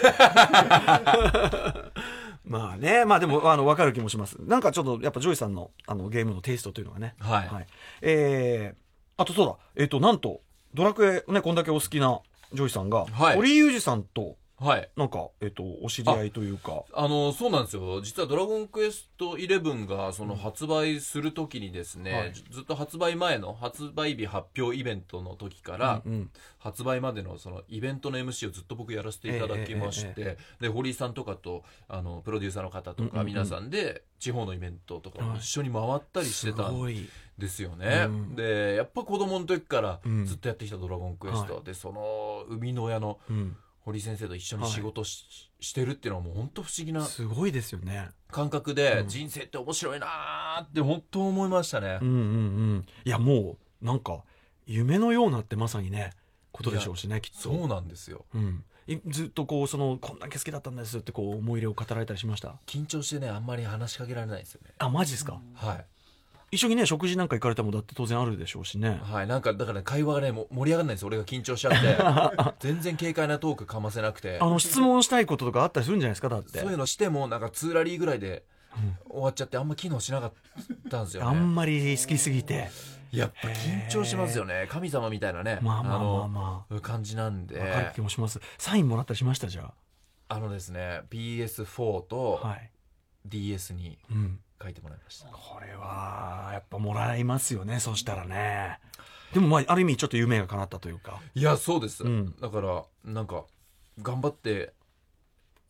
S1: まあね、まあでも、あの、わかる気もします。なんかちょっと、やっぱジョイさんの、あの、ゲームのテイストというのがね。
S3: はい
S1: えー、あとそうだ、えっ、と、なんと、ドラクエ、ね、こんだけお好きなジョイさんが、
S3: はい
S1: 堀井裕二さんと、
S3: はい
S1: なんか、えっ、と、お知り合いというか、
S3: あのそうなんですよ実は「ドラゴンクエスト11」がその発売する時にですね、
S1: はい
S3: ずずっと発売前の発売日発表イベントの時から、
S1: うん、
S3: 発売までのそのイベントの MC をずっと僕やらせていただきまして、
S1: え
S3: で堀井さんとかとあのプロデューサーの方と
S1: うんうんう
S3: か
S1: ん
S3: 皆さんで地方のイベントとかを一緒に回ったりしてた
S1: す
S3: ん
S1: ごい
S3: ですよね、
S1: うん
S3: でやっぱ子供の時から
S1: うん
S3: ずっとやってきた「ドラゴンクエスト」でその生みの親の
S1: うん、
S3: 堀井先生と一緒に仕事し,、してるっていうのはもう本当不思議な
S1: すごいですよね。
S3: 感覚で、
S1: うん
S3: 人生って面白いなーって本当思いましたね
S1: うん、うんうん。いやもうなんか夢のようなってまさにねことでしょうしねきっと。
S3: そうなんですよ
S1: うん。いずっとこうそのこんだけ好きだったんですってこう思い入れを語られたりしました。
S3: 緊張してねあんまり話しかけられないんですよね
S1: あマジですか。
S3: はい
S1: 一緒にね食事なんか行かれてもだって当然あるでしょうしね。
S3: はい、なんかだからね会話がねもう盛り上がらないんです俺が緊張し ちゃって全然軽快なトークかませなくて
S1: あの質問したいこととかあったりするんじゃないですかだって
S3: そういうのしてもなんかツーラリーぐらいで終わっちゃってあんま機能しなかったんです
S1: あ
S3: よね
S1: んまり好きすぎて
S3: やっぱ緊張しますよね神様みたいなね
S1: まあまあまあ
S3: の
S1: ま
S3: 感じなん
S1: あわかる
S3: で
S1: 気もしますサインもらったりしましたじゃ
S3: あのですね PS4
S1: あ
S3: と
S1: はい、
S3: DS に
S1: うん、
S3: 書いてもらいました、
S1: これはやっぱもらいますよねそしたらねでもまあある意味ちょっと夢が叶ったというか
S3: いやそうです、
S1: うん
S3: だからなんか頑張って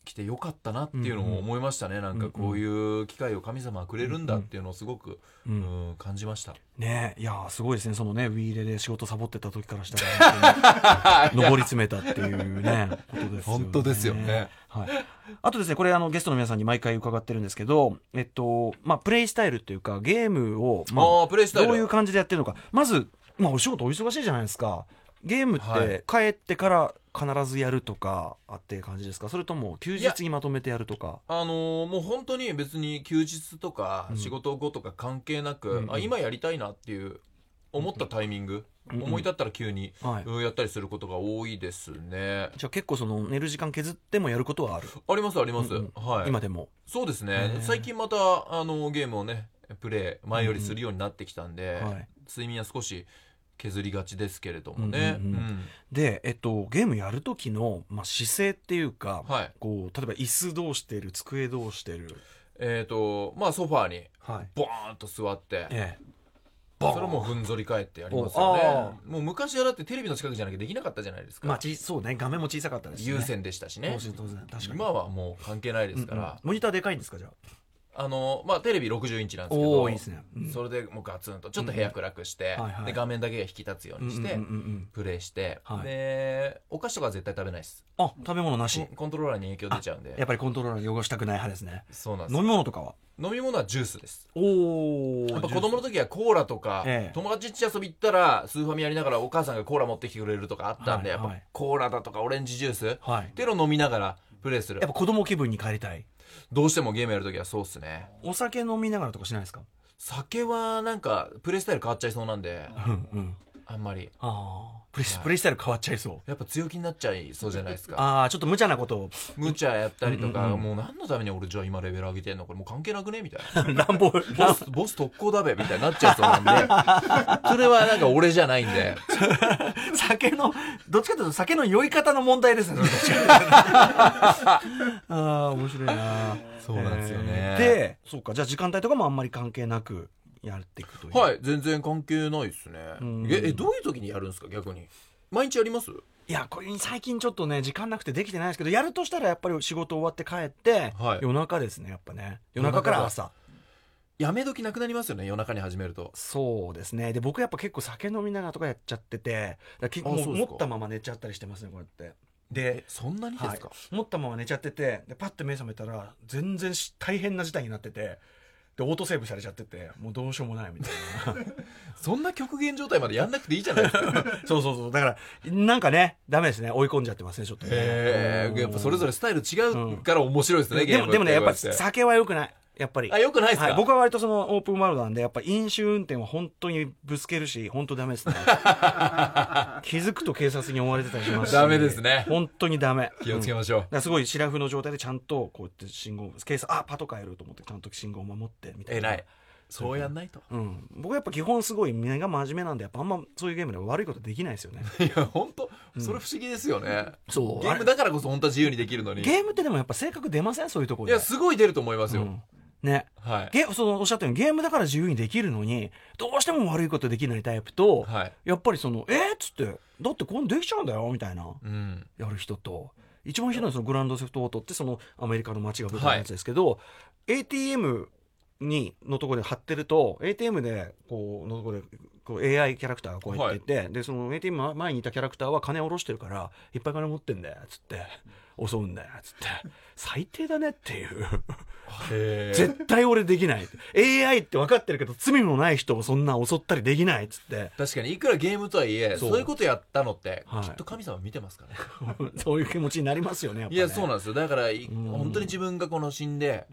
S3: きてよかったなっていうのを思いましたね、なんかこういう機会を神様はくれるんだっていうのをすごく、
S1: う
S3: うんん感じました
S1: ねいやーすごいですねそのねウィーレで仕事サボってた時からしたら本 当に上り詰めたっていうねことですよね
S3: 本当ですよね
S1: はい、あとですねこれあのゲストの皆さんに毎回伺ってるんですけどえっとまあプレイスタイルっていうかゲームを、ま
S3: あープレイスタイル
S1: どういう感じでやってるのかまず、まあ、お仕事お忙しいじゃないですかゲームっ
S3: は
S1: て帰ってから必ずやるとかあって感じですかそれとも休日にまとめてやるとか
S3: あのーもう本当に別に休日とか
S1: うん
S3: 仕事後とか関係なく、
S1: うんうん
S3: あ今やりたいなっていう思ったタイミング、
S1: うんうん
S3: 思い立ったら急に、
S1: はい
S3: うんやったりすることが多いですね
S1: じゃあ結構その寝る時間削ってもやることはある、
S3: ありますあります、
S1: うんう
S3: はい
S1: 今でも
S3: そうです
S1: へ
S3: ね
S1: ー
S3: 最近またあのゲームをねプレイ前よりするようになってきたんで、
S1: はい
S3: 睡眠は少し削りがちですけれどもね、
S1: うんうんうんで、えっと、ゲームやる時の、まあ、姿勢っていうか、
S3: うんはい
S1: こう例えば椅子どうしてる机どうしてる、
S3: えっ、とまあソファーに
S1: はい
S3: ボーンと座って、
S1: ええ、ボーン
S3: それもふんぞり返ってやりますよ
S1: お
S3: ねもう昔はだってテレビの近くじゃなきゃできなかったじゃないですか、
S1: まあ、ちそうね画面も小さかったですね
S3: 優先でしたしね
S1: 当然当然確かに
S3: 今はもう関係ないですか
S1: うんうん
S3: ら、
S1: モニターでかいんですかじゃあ
S3: あのまあテレビ60インチなんですけ
S1: お
S3: ど
S1: おーいいですね、うん
S3: それでもうガツンとちょっと部屋暗くして、
S1: うんはいはい
S3: で画面だけが引き立つようにして、
S1: うんうんうんうん
S3: プレイして、
S1: はい
S3: でお菓子とかは絶対食べないです
S1: あ食べ物なし
S3: コンコントローラーに影響出ちゃうん
S1: や
S3: で
S1: っぱりコントローラー汚したくない派ですね
S3: そうなんです
S1: 飲み物とかは
S3: 飲み物はジュースです
S1: おお
S3: やっぱ子供の時はコーラとか、
S1: ええ
S3: 友達ん家遊び行ったらスーファミやりながらお母さんがコーラ持ってきてくれるとかあったんで、
S1: はいはい
S3: やっぱコーラだとかオレンジジュース、
S1: はい
S3: っていうのを飲みながらプレイする
S1: やっぱ子供気分に帰りたい
S3: どうしてもゲームやる時はそうっすね
S1: お酒飲みながらとかしないですか
S3: 酒はなんかプレイスタイル変わっちゃいそうなんで
S1: うんうん
S3: あんまり
S1: あープレス
S3: はい
S1: プレイスタイル変わっちゃいそう
S3: やっぱ強気になっちゃいそうじゃないですか
S1: ああちょっと無茶な ことを
S3: 無茶やったりとか、
S1: うんうんうん
S3: もう何のために俺じゃあ今レベル上げてんのこれもう関係なくねみたいな
S1: 乱暴
S3: ボス ボス特攻だべみたいになっちゃいそうなんでそれはなんか俺じゃないんで
S1: 酒のどっちかというと酒の酔い方の問題ですね ああ面白いな
S3: そうなんですよね
S1: えーでそうかじゃあ時間帯とかもあんまり関係なくやっていくという
S3: はい全然関係ないですね
S1: うん
S3: ええどういう時にやるんですか逆に毎日やります
S1: いやこれ最近ちょっとね時間なくてできてないですけどやるとしたらやっぱり仕事終わって帰って、
S3: はい
S1: 夜中ですねやっぱね夜
S3: 夜
S1: 中か
S3: 中からら
S1: 朝
S3: やめ時なくなりますよね夜中に始めると
S1: そうですねで僕やっぱ結構酒飲みながらとかやっちゃっててだから結構
S3: あ
S1: も
S3: そうう
S1: 持
S3: ですか
S1: ったまま寝ちゃったりしてますねこうやって
S3: でそんなにですか、
S1: 持ったまま寝ちゃっててでパッて目覚めたら全然し大変な事態になっててでオートセーブされちゃっててもうどうしようもないみたいな
S3: そんな極限状態までやんなくていいじゃないですか
S1: そうそうそうだからなんかねダメですね追い込んじゃってますねちょっとね
S3: ええやっぱそれぞ
S1: れ
S3: れスタイル違うから面白いですね、ゲ
S1: で
S3: ーム
S1: もでもねやっぱ
S3: こうて
S1: 酒は良くないやっぱり
S3: あよくないですか、
S1: はい、僕は割とそのオープンワールドなんでやっぱ飲酒運転は本当にぶつけるし本当ダメ ですね気づくと警察に追われてたりしますし
S3: ダメですね
S1: 本当にダメ
S3: 気をつけ
S1: うん
S3: ましょう、
S1: だからすごいシラフの状態でちゃんとこうやって信号警察あパトカーやると思ってちゃんと信号を守ってみたいな
S3: 偉いそうやんないと
S1: うん、僕はやっぱ基本すごい目が真面目なんでやっぱあんまそういうゲームでは悪いことできないですよね
S3: いや本当それ不思議ですよね、
S1: そう
S3: ゲームだからこそ本当は自由にできるのにい
S1: ゲームってでもやっぱ性格出ませんそういうところで
S3: やすごい出ると思いますよ、
S1: うんね
S3: はい
S1: ゲそのおっしゃったようにゲームだから自由にできるのにどうしても悪いことできないタイプと、
S3: はい
S1: やっぱりその「えっ?」っつって「だってこんできちゃうんだよ」みたいな
S3: うん
S1: やる人と一番ひどいのはそのグランドセフトオートってそのアメリカの街が舞台のやつですけど、ATM にのところで貼ってると ATM でこうのところでこう AI キャラクターがこうやってて、でその ATM 前にいたキャラクターは金を下ろしてるからいっぱい金持ってんだよっつって襲うんだよっつって最低だねっていう。
S3: へえ
S1: 絶対俺できない AI って分かってるけど罪のない人をそんな襲ったりできないっつって
S3: 確かにいくらゲームとはいえ
S1: そ
S3: そうういうことやったのって、
S1: はい
S3: きっと神様見てますからね
S1: そういう気持ちになりますよねやっぱ
S3: い
S1: ね
S3: やそうなんですよだから、い
S1: ん
S3: 本当に自分がこの死んで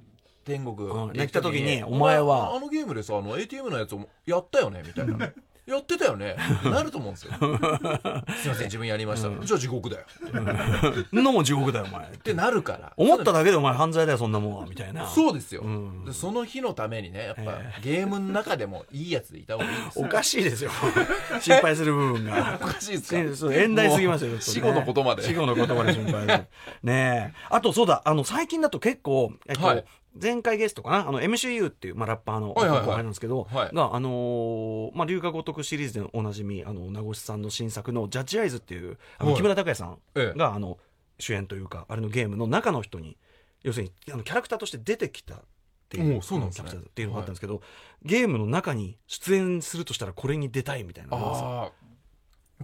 S3: 天国
S1: うん
S3: で
S1: できた時にお前は
S3: あのゲームでさあの ATM のやつをやったよねみた いなやってたよねなると思うんですよすいません自分やりました、じゃあ地獄だよ
S1: のも地獄だよお前っ
S3: っててなるから
S1: 思っただけでお前犯罪だよそんなもんはみたいな
S3: そうですよ、
S1: ん
S3: でその日のためにねやっぱ、
S1: え
S3: ゲームの中でもいいやつでいた方がいいです
S1: お
S3: よ
S1: かしいですよ心配する部分が
S3: おかしいです
S1: ねそう遠大すぎますよ、
S3: もう
S1: ち
S3: 死
S1: ょっ
S3: 後
S1: ね
S3: のことまで
S1: 死後のことまで心 配でねえあとそうだあの最近だと結構、えっと
S3: はい
S1: 前回ゲストかなあの MCU っていう、まあ、ラッパーの後
S3: はいはいはい
S1: 輩なんですけど、
S3: はい
S1: があのーまあ龍河如くシリーズでおなじみあの名越さんの新作の「ジャッジアイズ」っていうあの
S3: はい
S1: 木村拓哉さん
S3: ええ
S1: があの主演というかあれのゲームの中の人に要するにあのキャラクターとして出てきたっていう
S3: おうそうなんですね
S1: キャラクターっていうのがあったんですけど、ゲームの中に出演するとしたらこれに出たいみたいなのがさ
S3: あ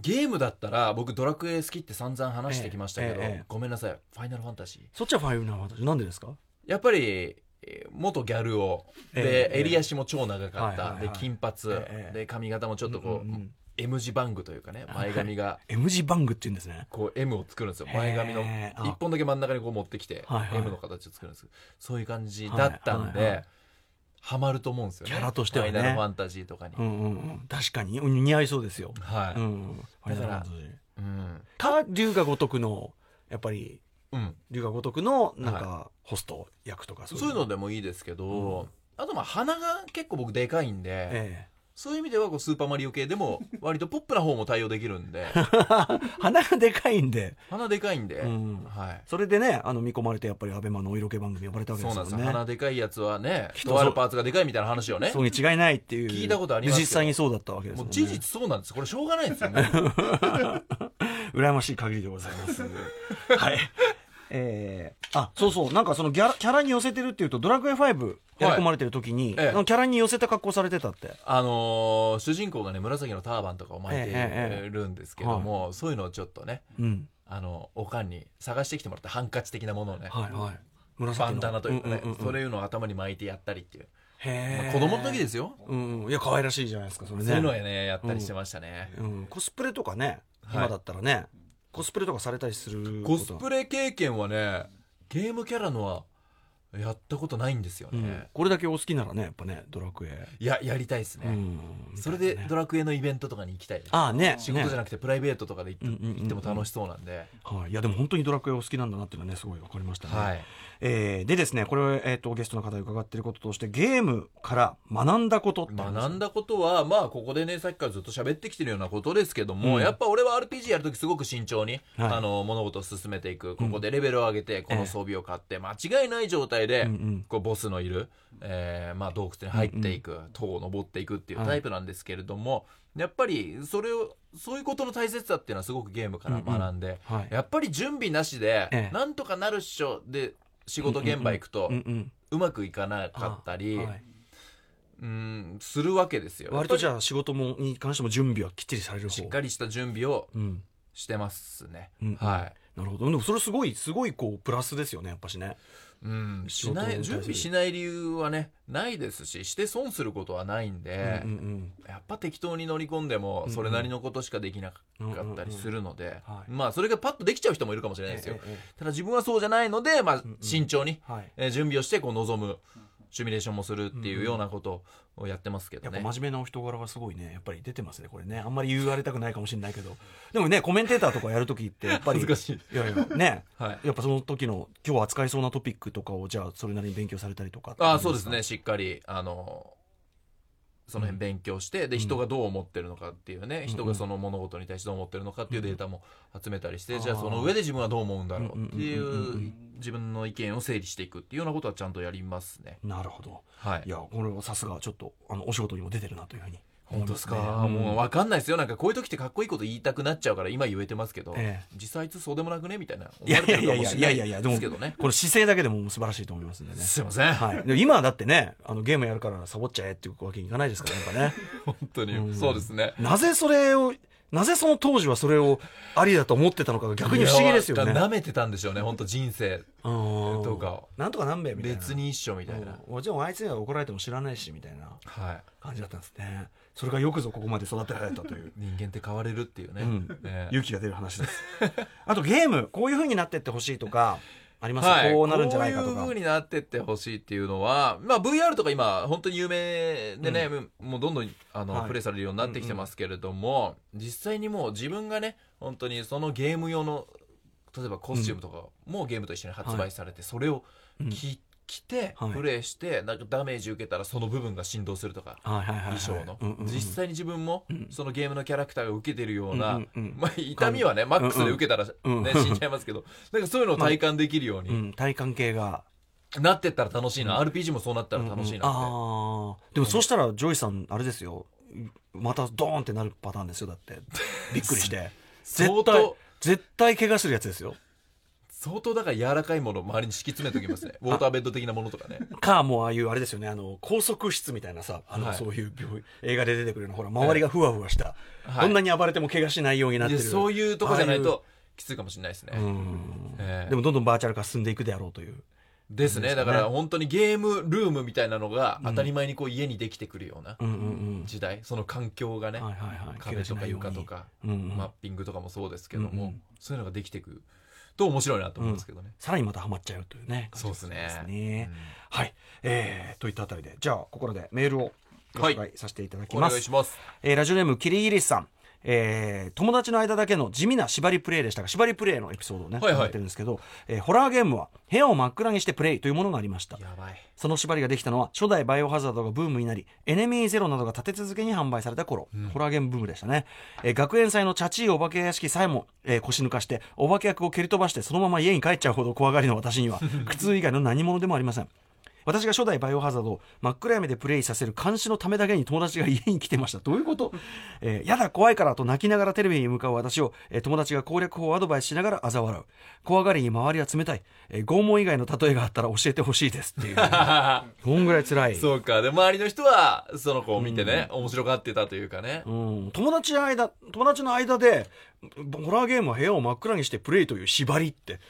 S3: ーゲームだったら僕ドラクエ好きって散々話してきましたけど、
S1: ええええ
S3: ごめんなさいファイナルファンタジー
S1: そっちはファイブなの私なんでですか
S3: やっぱりえー元ギャルを
S1: え
S3: で、
S1: え
S3: 襟足も超長かった、
S1: はいはいはい
S3: で金髪、
S1: ええ
S3: で髪型もちょっとこう、
S1: うんうん
S3: M 字バングというかね前髪が
S1: M 字バングって言うんですね
S3: こう M を作るんですよ前髪の
S1: へーあ
S3: 一本だけ真ん中にこう持ってきて、
S1: はいはい
S3: M の形を作るんですけどそういう感じだったんで、
S1: はいはいはい
S3: ハマると思うんですよね
S1: キャラとしてはね
S3: ファイナルファンタジーとかに、
S1: うんうんうん確かにうん似合いそうですよ、
S3: はい、
S1: う
S3: うん
S1: んファ
S3: だから
S1: イナルファンタジー
S3: うん
S1: か龍が如くのやっぱり龍が如くのなんかホスト役とか
S3: そういうのでもいいですけど、あとまあ鼻が結構僕でかいんで、
S1: え
S3: そういう意味ではこうスーパーマリオ系で も割とポップな方も対応できるんで
S1: え 鼻がでかいんで
S3: 鼻でかいんで、
S1: うん
S3: はい
S1: それでねあの見込まれてやっぱりアベマのお色気番組呼ばれたわけ
S3: そ
S1: で
S3: う
S1: すよね
S3: なんですよ鼻でかいやつはね
S1: 人ぞ
S3: とあるパーツがでかいみたいな話をね
S1: そうに違いないっていう
S3: 聞いたことありますけど
S1: 実際にそうだったわけですよ
S3: もう
S1: ね
S3: 事実そうなんですこれしょうがないんです よね
S1: 羨ましい限りでござい ます。はい。えー、あそうそうなんかそのギャラキャラに寄せてるっていうと「ドラクエ5」やり込まれてる時に、
S3: ええ
S1: あのキャラに寄せた格好されてたって
S3: あのー主人公がね紫のターバンとかを巻い
S1: ええええ
S3: てるんですけども、そういうのをちょっとね
S1: うん
S3: あのおかんに探してきてもらってハンカチ的なものをね、
S1: はいはい紫の
S3: バンダナというかね、
S1: んんんん
S3: そういうのを頭に巻いてやったりっていう、
S1: へ
S3: ま
S1: え
S3: あ子供の時ですよ
S1: うんうんいや可愛らしいじゃないですかそれね
S3: そういうのをねやったりしてましたね、
S1: うん、コスプレとかね
S3: はい
S1: 今だったらね、コスプレとかされたりする
S3: コスプ
S1: レ
S3: レ経験はねゲームキャラのはやったことないんですよ
S1: う
S3: ね、
S1: んこれだけお好きならねやっぱねドラクエ、
S3: いややりたいですね、
S1: うん
S3: それで
S1: ね
S3: ドラクエのイベントとかに行きたいです
S1: ああね
S3: 仕事じゃ
S1: ね
S3: なくてプライベートとかで行っ,、
S1: うんうんうんうん
S3: 行っても楽しそうなんで、
S1: はい、いやでも本当にドラクエお好きなんだなっていうのはねすごい分かりましたね、
S3: はい
S1: えーでですねこれ、えー、とゲストの方に伺っていることとしてゲームから学んだことってあります
S3: 学んだことはまあここでねさっきからずっと喋ってきてるようなことですけども、
S1: うん
S3: やっぱ俺は RPG やるときすごく慎重に、
S1: はい
S3: あの物事を進めていくここでレベルを上げてこの装備を買って間違いない状態で、
S1: うんうん
S3: こうボスのいる、えーまあ、洞窟に入っていく、塔を登っていくっていうタイプなんですけれども、やっぱりそれをそういうことの大切さっていうのはすごくゲームから学んで、
S1: はい
S3: やっぱり準備なしで、
S1: ええ
S3: なんとかなるっしょで仕事現場行くと
S1: うんうん
S3: うまくいかなかったり、
S1: あはい
S3: うんするわけですよ。
S1: 割とじゃあ仕事もに関しても準備はきっちりされる方
S3: しっかりした準備を
S1: うん
S3: してますね。
S1: うん
S3: はい。
S1: なるほどでもそれすごいすごいこうプラスですよねやっぱしね
S3: うん、
S1: 仕
S3: し
S1: 事に
S3: な
S1: 対す
S3: い
S1: る
S3: 準備しない理由はねないですしして損することはないんで、
S1: うんうん
S3: やっぱ適当に乗り込んでも
S1: うん
S3: それなりのことしかできなかったりするので、
S1: うんうんうんはい
S3: まあそれがパッとできちゃう人もいるかもしれ
S1: うん
S3: ないですよ、
S1: えええ
S3: ただ自分はそうじゃないので、まあ
S1: んうん、
S3: 慎重に、
S1: えはい
S3: えー準備をしてこう臨むシミュレーションもするっていうようなことをやってますけ
S1: や
S3: ど
S1: っ
S3: ね、
S1: ぱ真面目なお人柄がすごいねやっぱり出てますねこれねあんまり言われたくないかもしれないけどでもねコメンテーターとかやるときってやっぱり
S3: 恥ずかしい
S1: いやいやね
S3: はい
S1: やっぱその時の今日扱いそうなトピックとかをじゃあそれなりに勉強されたりとかって
S3: ああそうです
S1: か
S3: ねしっかりあのその辺勉強して、で人がどう思ってるのかっていうね、人がその物事に対してどう思ってるのかっていうデータも集めたりして、
S1: うん
S3: じゃあその上で自分はどう思うんだろうってい
S1: うんうんうんうんう
S3: う自分の意見を整理していくっていうようなことはちゃんとやりますね
S1: なるほど
S3: はい
S1: いやこれはさすがちょっとあのお仕事にも出てるなというふうに
S3: 本当ですか、
S1: うん
S3: もう分かんないですよなんかこういう時ってかっこいいこと言いたくなっちゃうから今言えてますけど、
S1: え
S3: 実際あいつそうでもなくねみたいない思
S1: や
S3: わ
S1: い
S3: れて
S1: やいや
S3: るかも
S1: い
S3: し
S1: や
S3: れ
S1: いや
S3: ない
S1: いやいやで
S3: で
S1: も
S3: すけどね
S1: この姿勢だけでも素晴らしいと思いますんでね
S3: すいません、
S1: はい、でも今はだってねあのゲームやるからサボっちゃえっていうわけにいかないですからやっぱね
S3: 本当に、
S1: うん
S3: そうですね
S1: なぜそれをなぜその当時はそれをありだと思ってたのかが逆に不思議ですよね
S3: いや舐めてたんでしょうね本当人生
S1: うん
S3: とかを
S1: なんとかなんべえみたいな
S3: 別に一緒みたいな、
S1: うんもちろんあいつには怒られても知らないしみたいな
S3: はい
S1: 感じだったんです ねそれがよくぞここまで育てられたという
S3: 人間って変われるっていうね、
S1: うん
S3: ええ
S1: 勇気が出る話です あとゲームこういう風になってってほしいとかあります、
S3: はい、
S1: こうなるんじゃないかと
S3: こういう
S1: か
S3: 風になってってほしいっていうのは、まあ、VR とか今本当に有名でね、もうどんどんあの、
S1: はい
S3: プレイされるようになってきてますけれども、実際にもう自分がね本当にそのゲーム用の例えばコスチュームとかもうゲームと一緒に発売されて、それをき、着て
S1: はい
S3: プレイしてなんかダメージ受けたらその部分が振動するとか、
S1: はいはいはいはい
S3: 衣装の、
S1: うんうんうん
S3: 実際に自分もそのゲームのキャラクターが受けてるような、
S1: うんうんうん
S3: まあ、痛みはねマックスで受けたら、ね
S1: うんうん
S3: 死んじゃいますけどなんかそういうのを体感できるよう
S1: う
S3: に
S1: ん、体感系が
S3: なってったら楽しいな、RPG もそうなったら楽しいなって、
S1: ああでもそうしたらジョイさんあれですよまたドーンってなるパターンですよだってびっくりして
S3: 相
S1: 絶対
S3: 当
S1: 絶対怪我するやつですよ
S3: 相当だから柔らかいものを周りに敷き詰めておきま すねウォーターベッド的なものとかね
S1: かもうああいうあれですよねあの拘束室みたいなさあの、
S3: はい
S1: そういう病院映画で出てくるようなほら周りがふわふわした、
S3: はい
S1: どんなに暴れても怪我しないようになって
S3: で
S1: る
S3: そういうとこじゃない
S1: あ
S3: ときついかもしれないですね、
S1: あいううん
S3: ええ
S1: でもどんどんバーチャル化進んでいくであろうという
S3: ですねだから本当にゲームルームみたいなのが当たり前にこう家にできてくるような
S1: うんうん
S3: 時代、その環境が
S1: う
S3: ね、
S1: んはいはいはい
S3: 壁とか床とか、
S1: 怪我しないようにうんうん
S3: マッピングとかもそうですけども、
S1: うんうん
S3: そういうのができていくと面白いなと思うんですけどね、
S1: さらにまたハマっちゃうというね
S3: そうですね
S1: 感じですねはい、えーといったあたりでじゃあここらでメールをご紹介させていただき
S3: お
S1: ます、
S3: 願いします
S1: えーラジオネームキリギリスさん、えー友達の間だけの地味な縛りプレイでしたが縛りプレイのエピソードをね、
S3: はいはい
S1: やってるんですけど、えーホラーゲームは部屋を真っ暗にしてプレイというものがありました
S3: やばい
S1: その縛りができたのは初代バイオハザードがブームになりエネミーゼロなどが立て続けに販売された頃、ホラーゲームブームでしたね、えー学園祭のチャチーお化け屋敷さえも、えー腰抜かしてお化け役を蹴り飛ばしてそのまま家に帰っちゃうほど怖がりの私に は苦痛以外の何者でもありません私が初代バイオハザードを真っ暗闇でプレイさせる監視のためだけに友達が家に来てました。どういうこと、えーやだ、怖いからと泣きながらテレビに向かう私を、えー友達が攻略法をアドバイスしながら嘲笑う。怖がりに周りは冷たい。えー拷問以外の例えがあったら教えてほしいですっていう。こんぐらい辛い。
S3: そうかで周りの人はその子を見てね、面白がってたというかね、
S1: うん、友達の間、友達の間で、ホラーゲームは部屋を真っ暗にしてプレイという縛りって、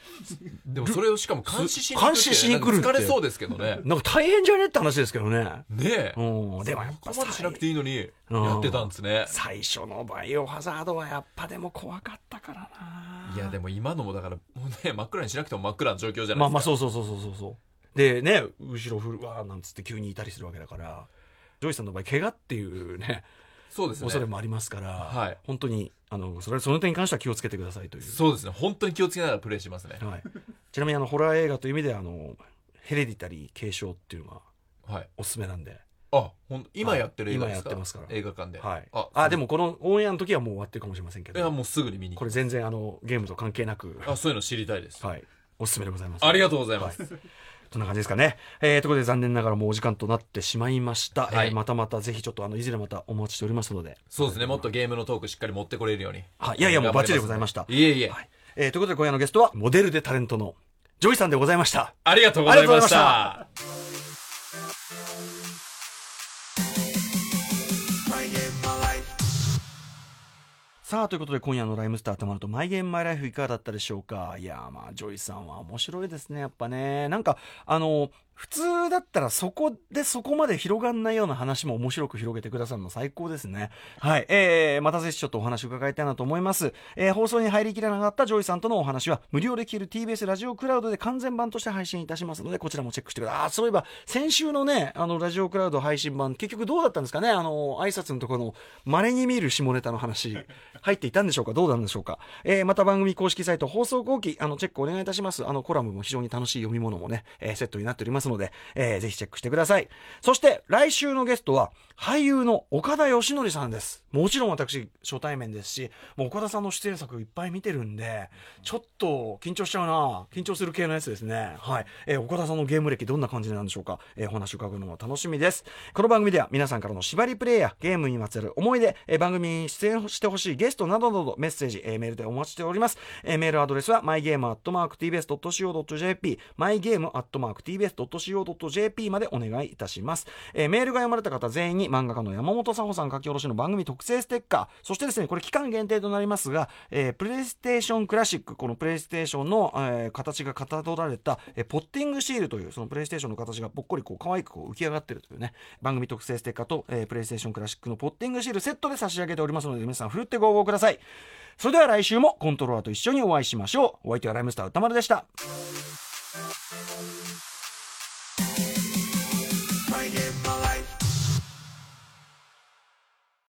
S3: でもそれをしかも監視しに
S1: 監視しに来るって
S3: なんか疲れそうですけどね
S1: なんか大変じゃねって話ですけどね。
S3: ねえ
S1: うん、でもやっぱ
S3: ここまでしなく
S1: 最
S3: ていいのにやってたんですね
S1: 最初のバイオハザードはやっぱでも怖かったからない
S3: やでも今のもだからもうね真っ暗にしなくても真っ暗な状況じゃないですか、
S1: まあまあそうそうそうそうそうそうでね後ろ振るわーなんつって急にいたりするわけだからジョイさんの場合怪我っていうね
S3: そうですね
S1: 恐れもありますから、
S3: はい
S1: 本当にあのそれその点に関しては気をつけてくださいという
S3: そうですね本当に気をつけながらプレイしますね
S1: はい、ちなみにあのホラー映画という意味であのヘレディタリー継承っていうのが
S3: はい
S1: おすすめなんで、
S3: あほん今やってる映画ですか
S1: 今やってますから
S3: 映画館では
S1: はい、ああでもこのオンエアの時はもう終わってるかもしれませんけ
S3: いや
S1: ど
S3: もうすぐに見に
S1: これ全然あのゲームと関係なく、
S3: あそういうの知りたいです、
S1: はい、おすすめでございます
S3: ありがとうございます、
S1: そんな感じですかね。えー、ということで残念ながらもうお時間となってしまいました。
S3: はい
S1: えーまたまたぜひちょっとあのいずれまたお待ちしておりますので。
S3: そうですねもっとゲームのトークしっかり持ってこれるように
S1: はい、いやいやもうバッチリでございました。
S3: いえいえ、
S1: はいえーということで今夜のゲストはモデルでタレントのジョイさんでございました。
S3: ありがとうござい
S1: ありがとうござい
S3: ま
S1: ま
S3: し
S1: したたさあということで今夜の「ライムスターたまるとマイゲームマイライフ」いかがだったでしょうかいやーまあジョイさんは面白いですねやっぱねなんかあの普通だったらそこでそこまで広がんないような話も面白く広げてくださるの最高ですねはいえー、またぜひちょっとお話伺いたいなと思います、えー放送に入りきらなかったジョイさんとのお話は無料で聞ける TBS ラジオクラウドで完全版として配信いたしますのでこちらもチェックしてくださいあーそういえば先週のねあのラジオクラウド配信版結局どうだったんですかねあの挨拶のところの稀に見る下ネタの話入っていたんでしょうかどうなんでしょうか、えーまた番組公式サイト放送後期あのチェックお願いいたしますあのコラムも非常に楽しい読み物もね、えーセットになっておりますので、えーぜひチェックしてくださいそして来週のゲストは俳優の岡田義則さんですもちろん私初対面ですしもう岡田さんの出演作いっぱい見てるんでちょっと緊張しちゃうな緊張する系のやつですねはい、えー岡田さんのゲーム歴どんな感じなんでしょうか、えーお話伺うのも楽しみですこの番組では皆さんからの縛りプレイやゲームにまつわる思い出、えー番組に出演してほしいゲストなどなどメッセージ、えーメールでお待ちしております、えーメールアドレスは mygame.tbs.co.jp mygame.tbs.co.jp までお願いいたします、えーメールが読まれた方全員に漫画家の山本さほさん書き下ろしの番組特製ステッカーそしてですねこれ期間限定となりますが、えープレイステーションクラシックこのプレイステーションの、えー形がかたどられた、えーポッティングシールというそのプレイステーションの形がぽっこりこう可愛くこう浮き上がってるというね番組特製ステッカーと、えープレイステーションクラシックのポッティングシールセットで差し上げておりますので皆さんふるってご応募くださいそれでは来週もコントローラーと一緒にお会いしましょうお相手はライムスター歌丸でした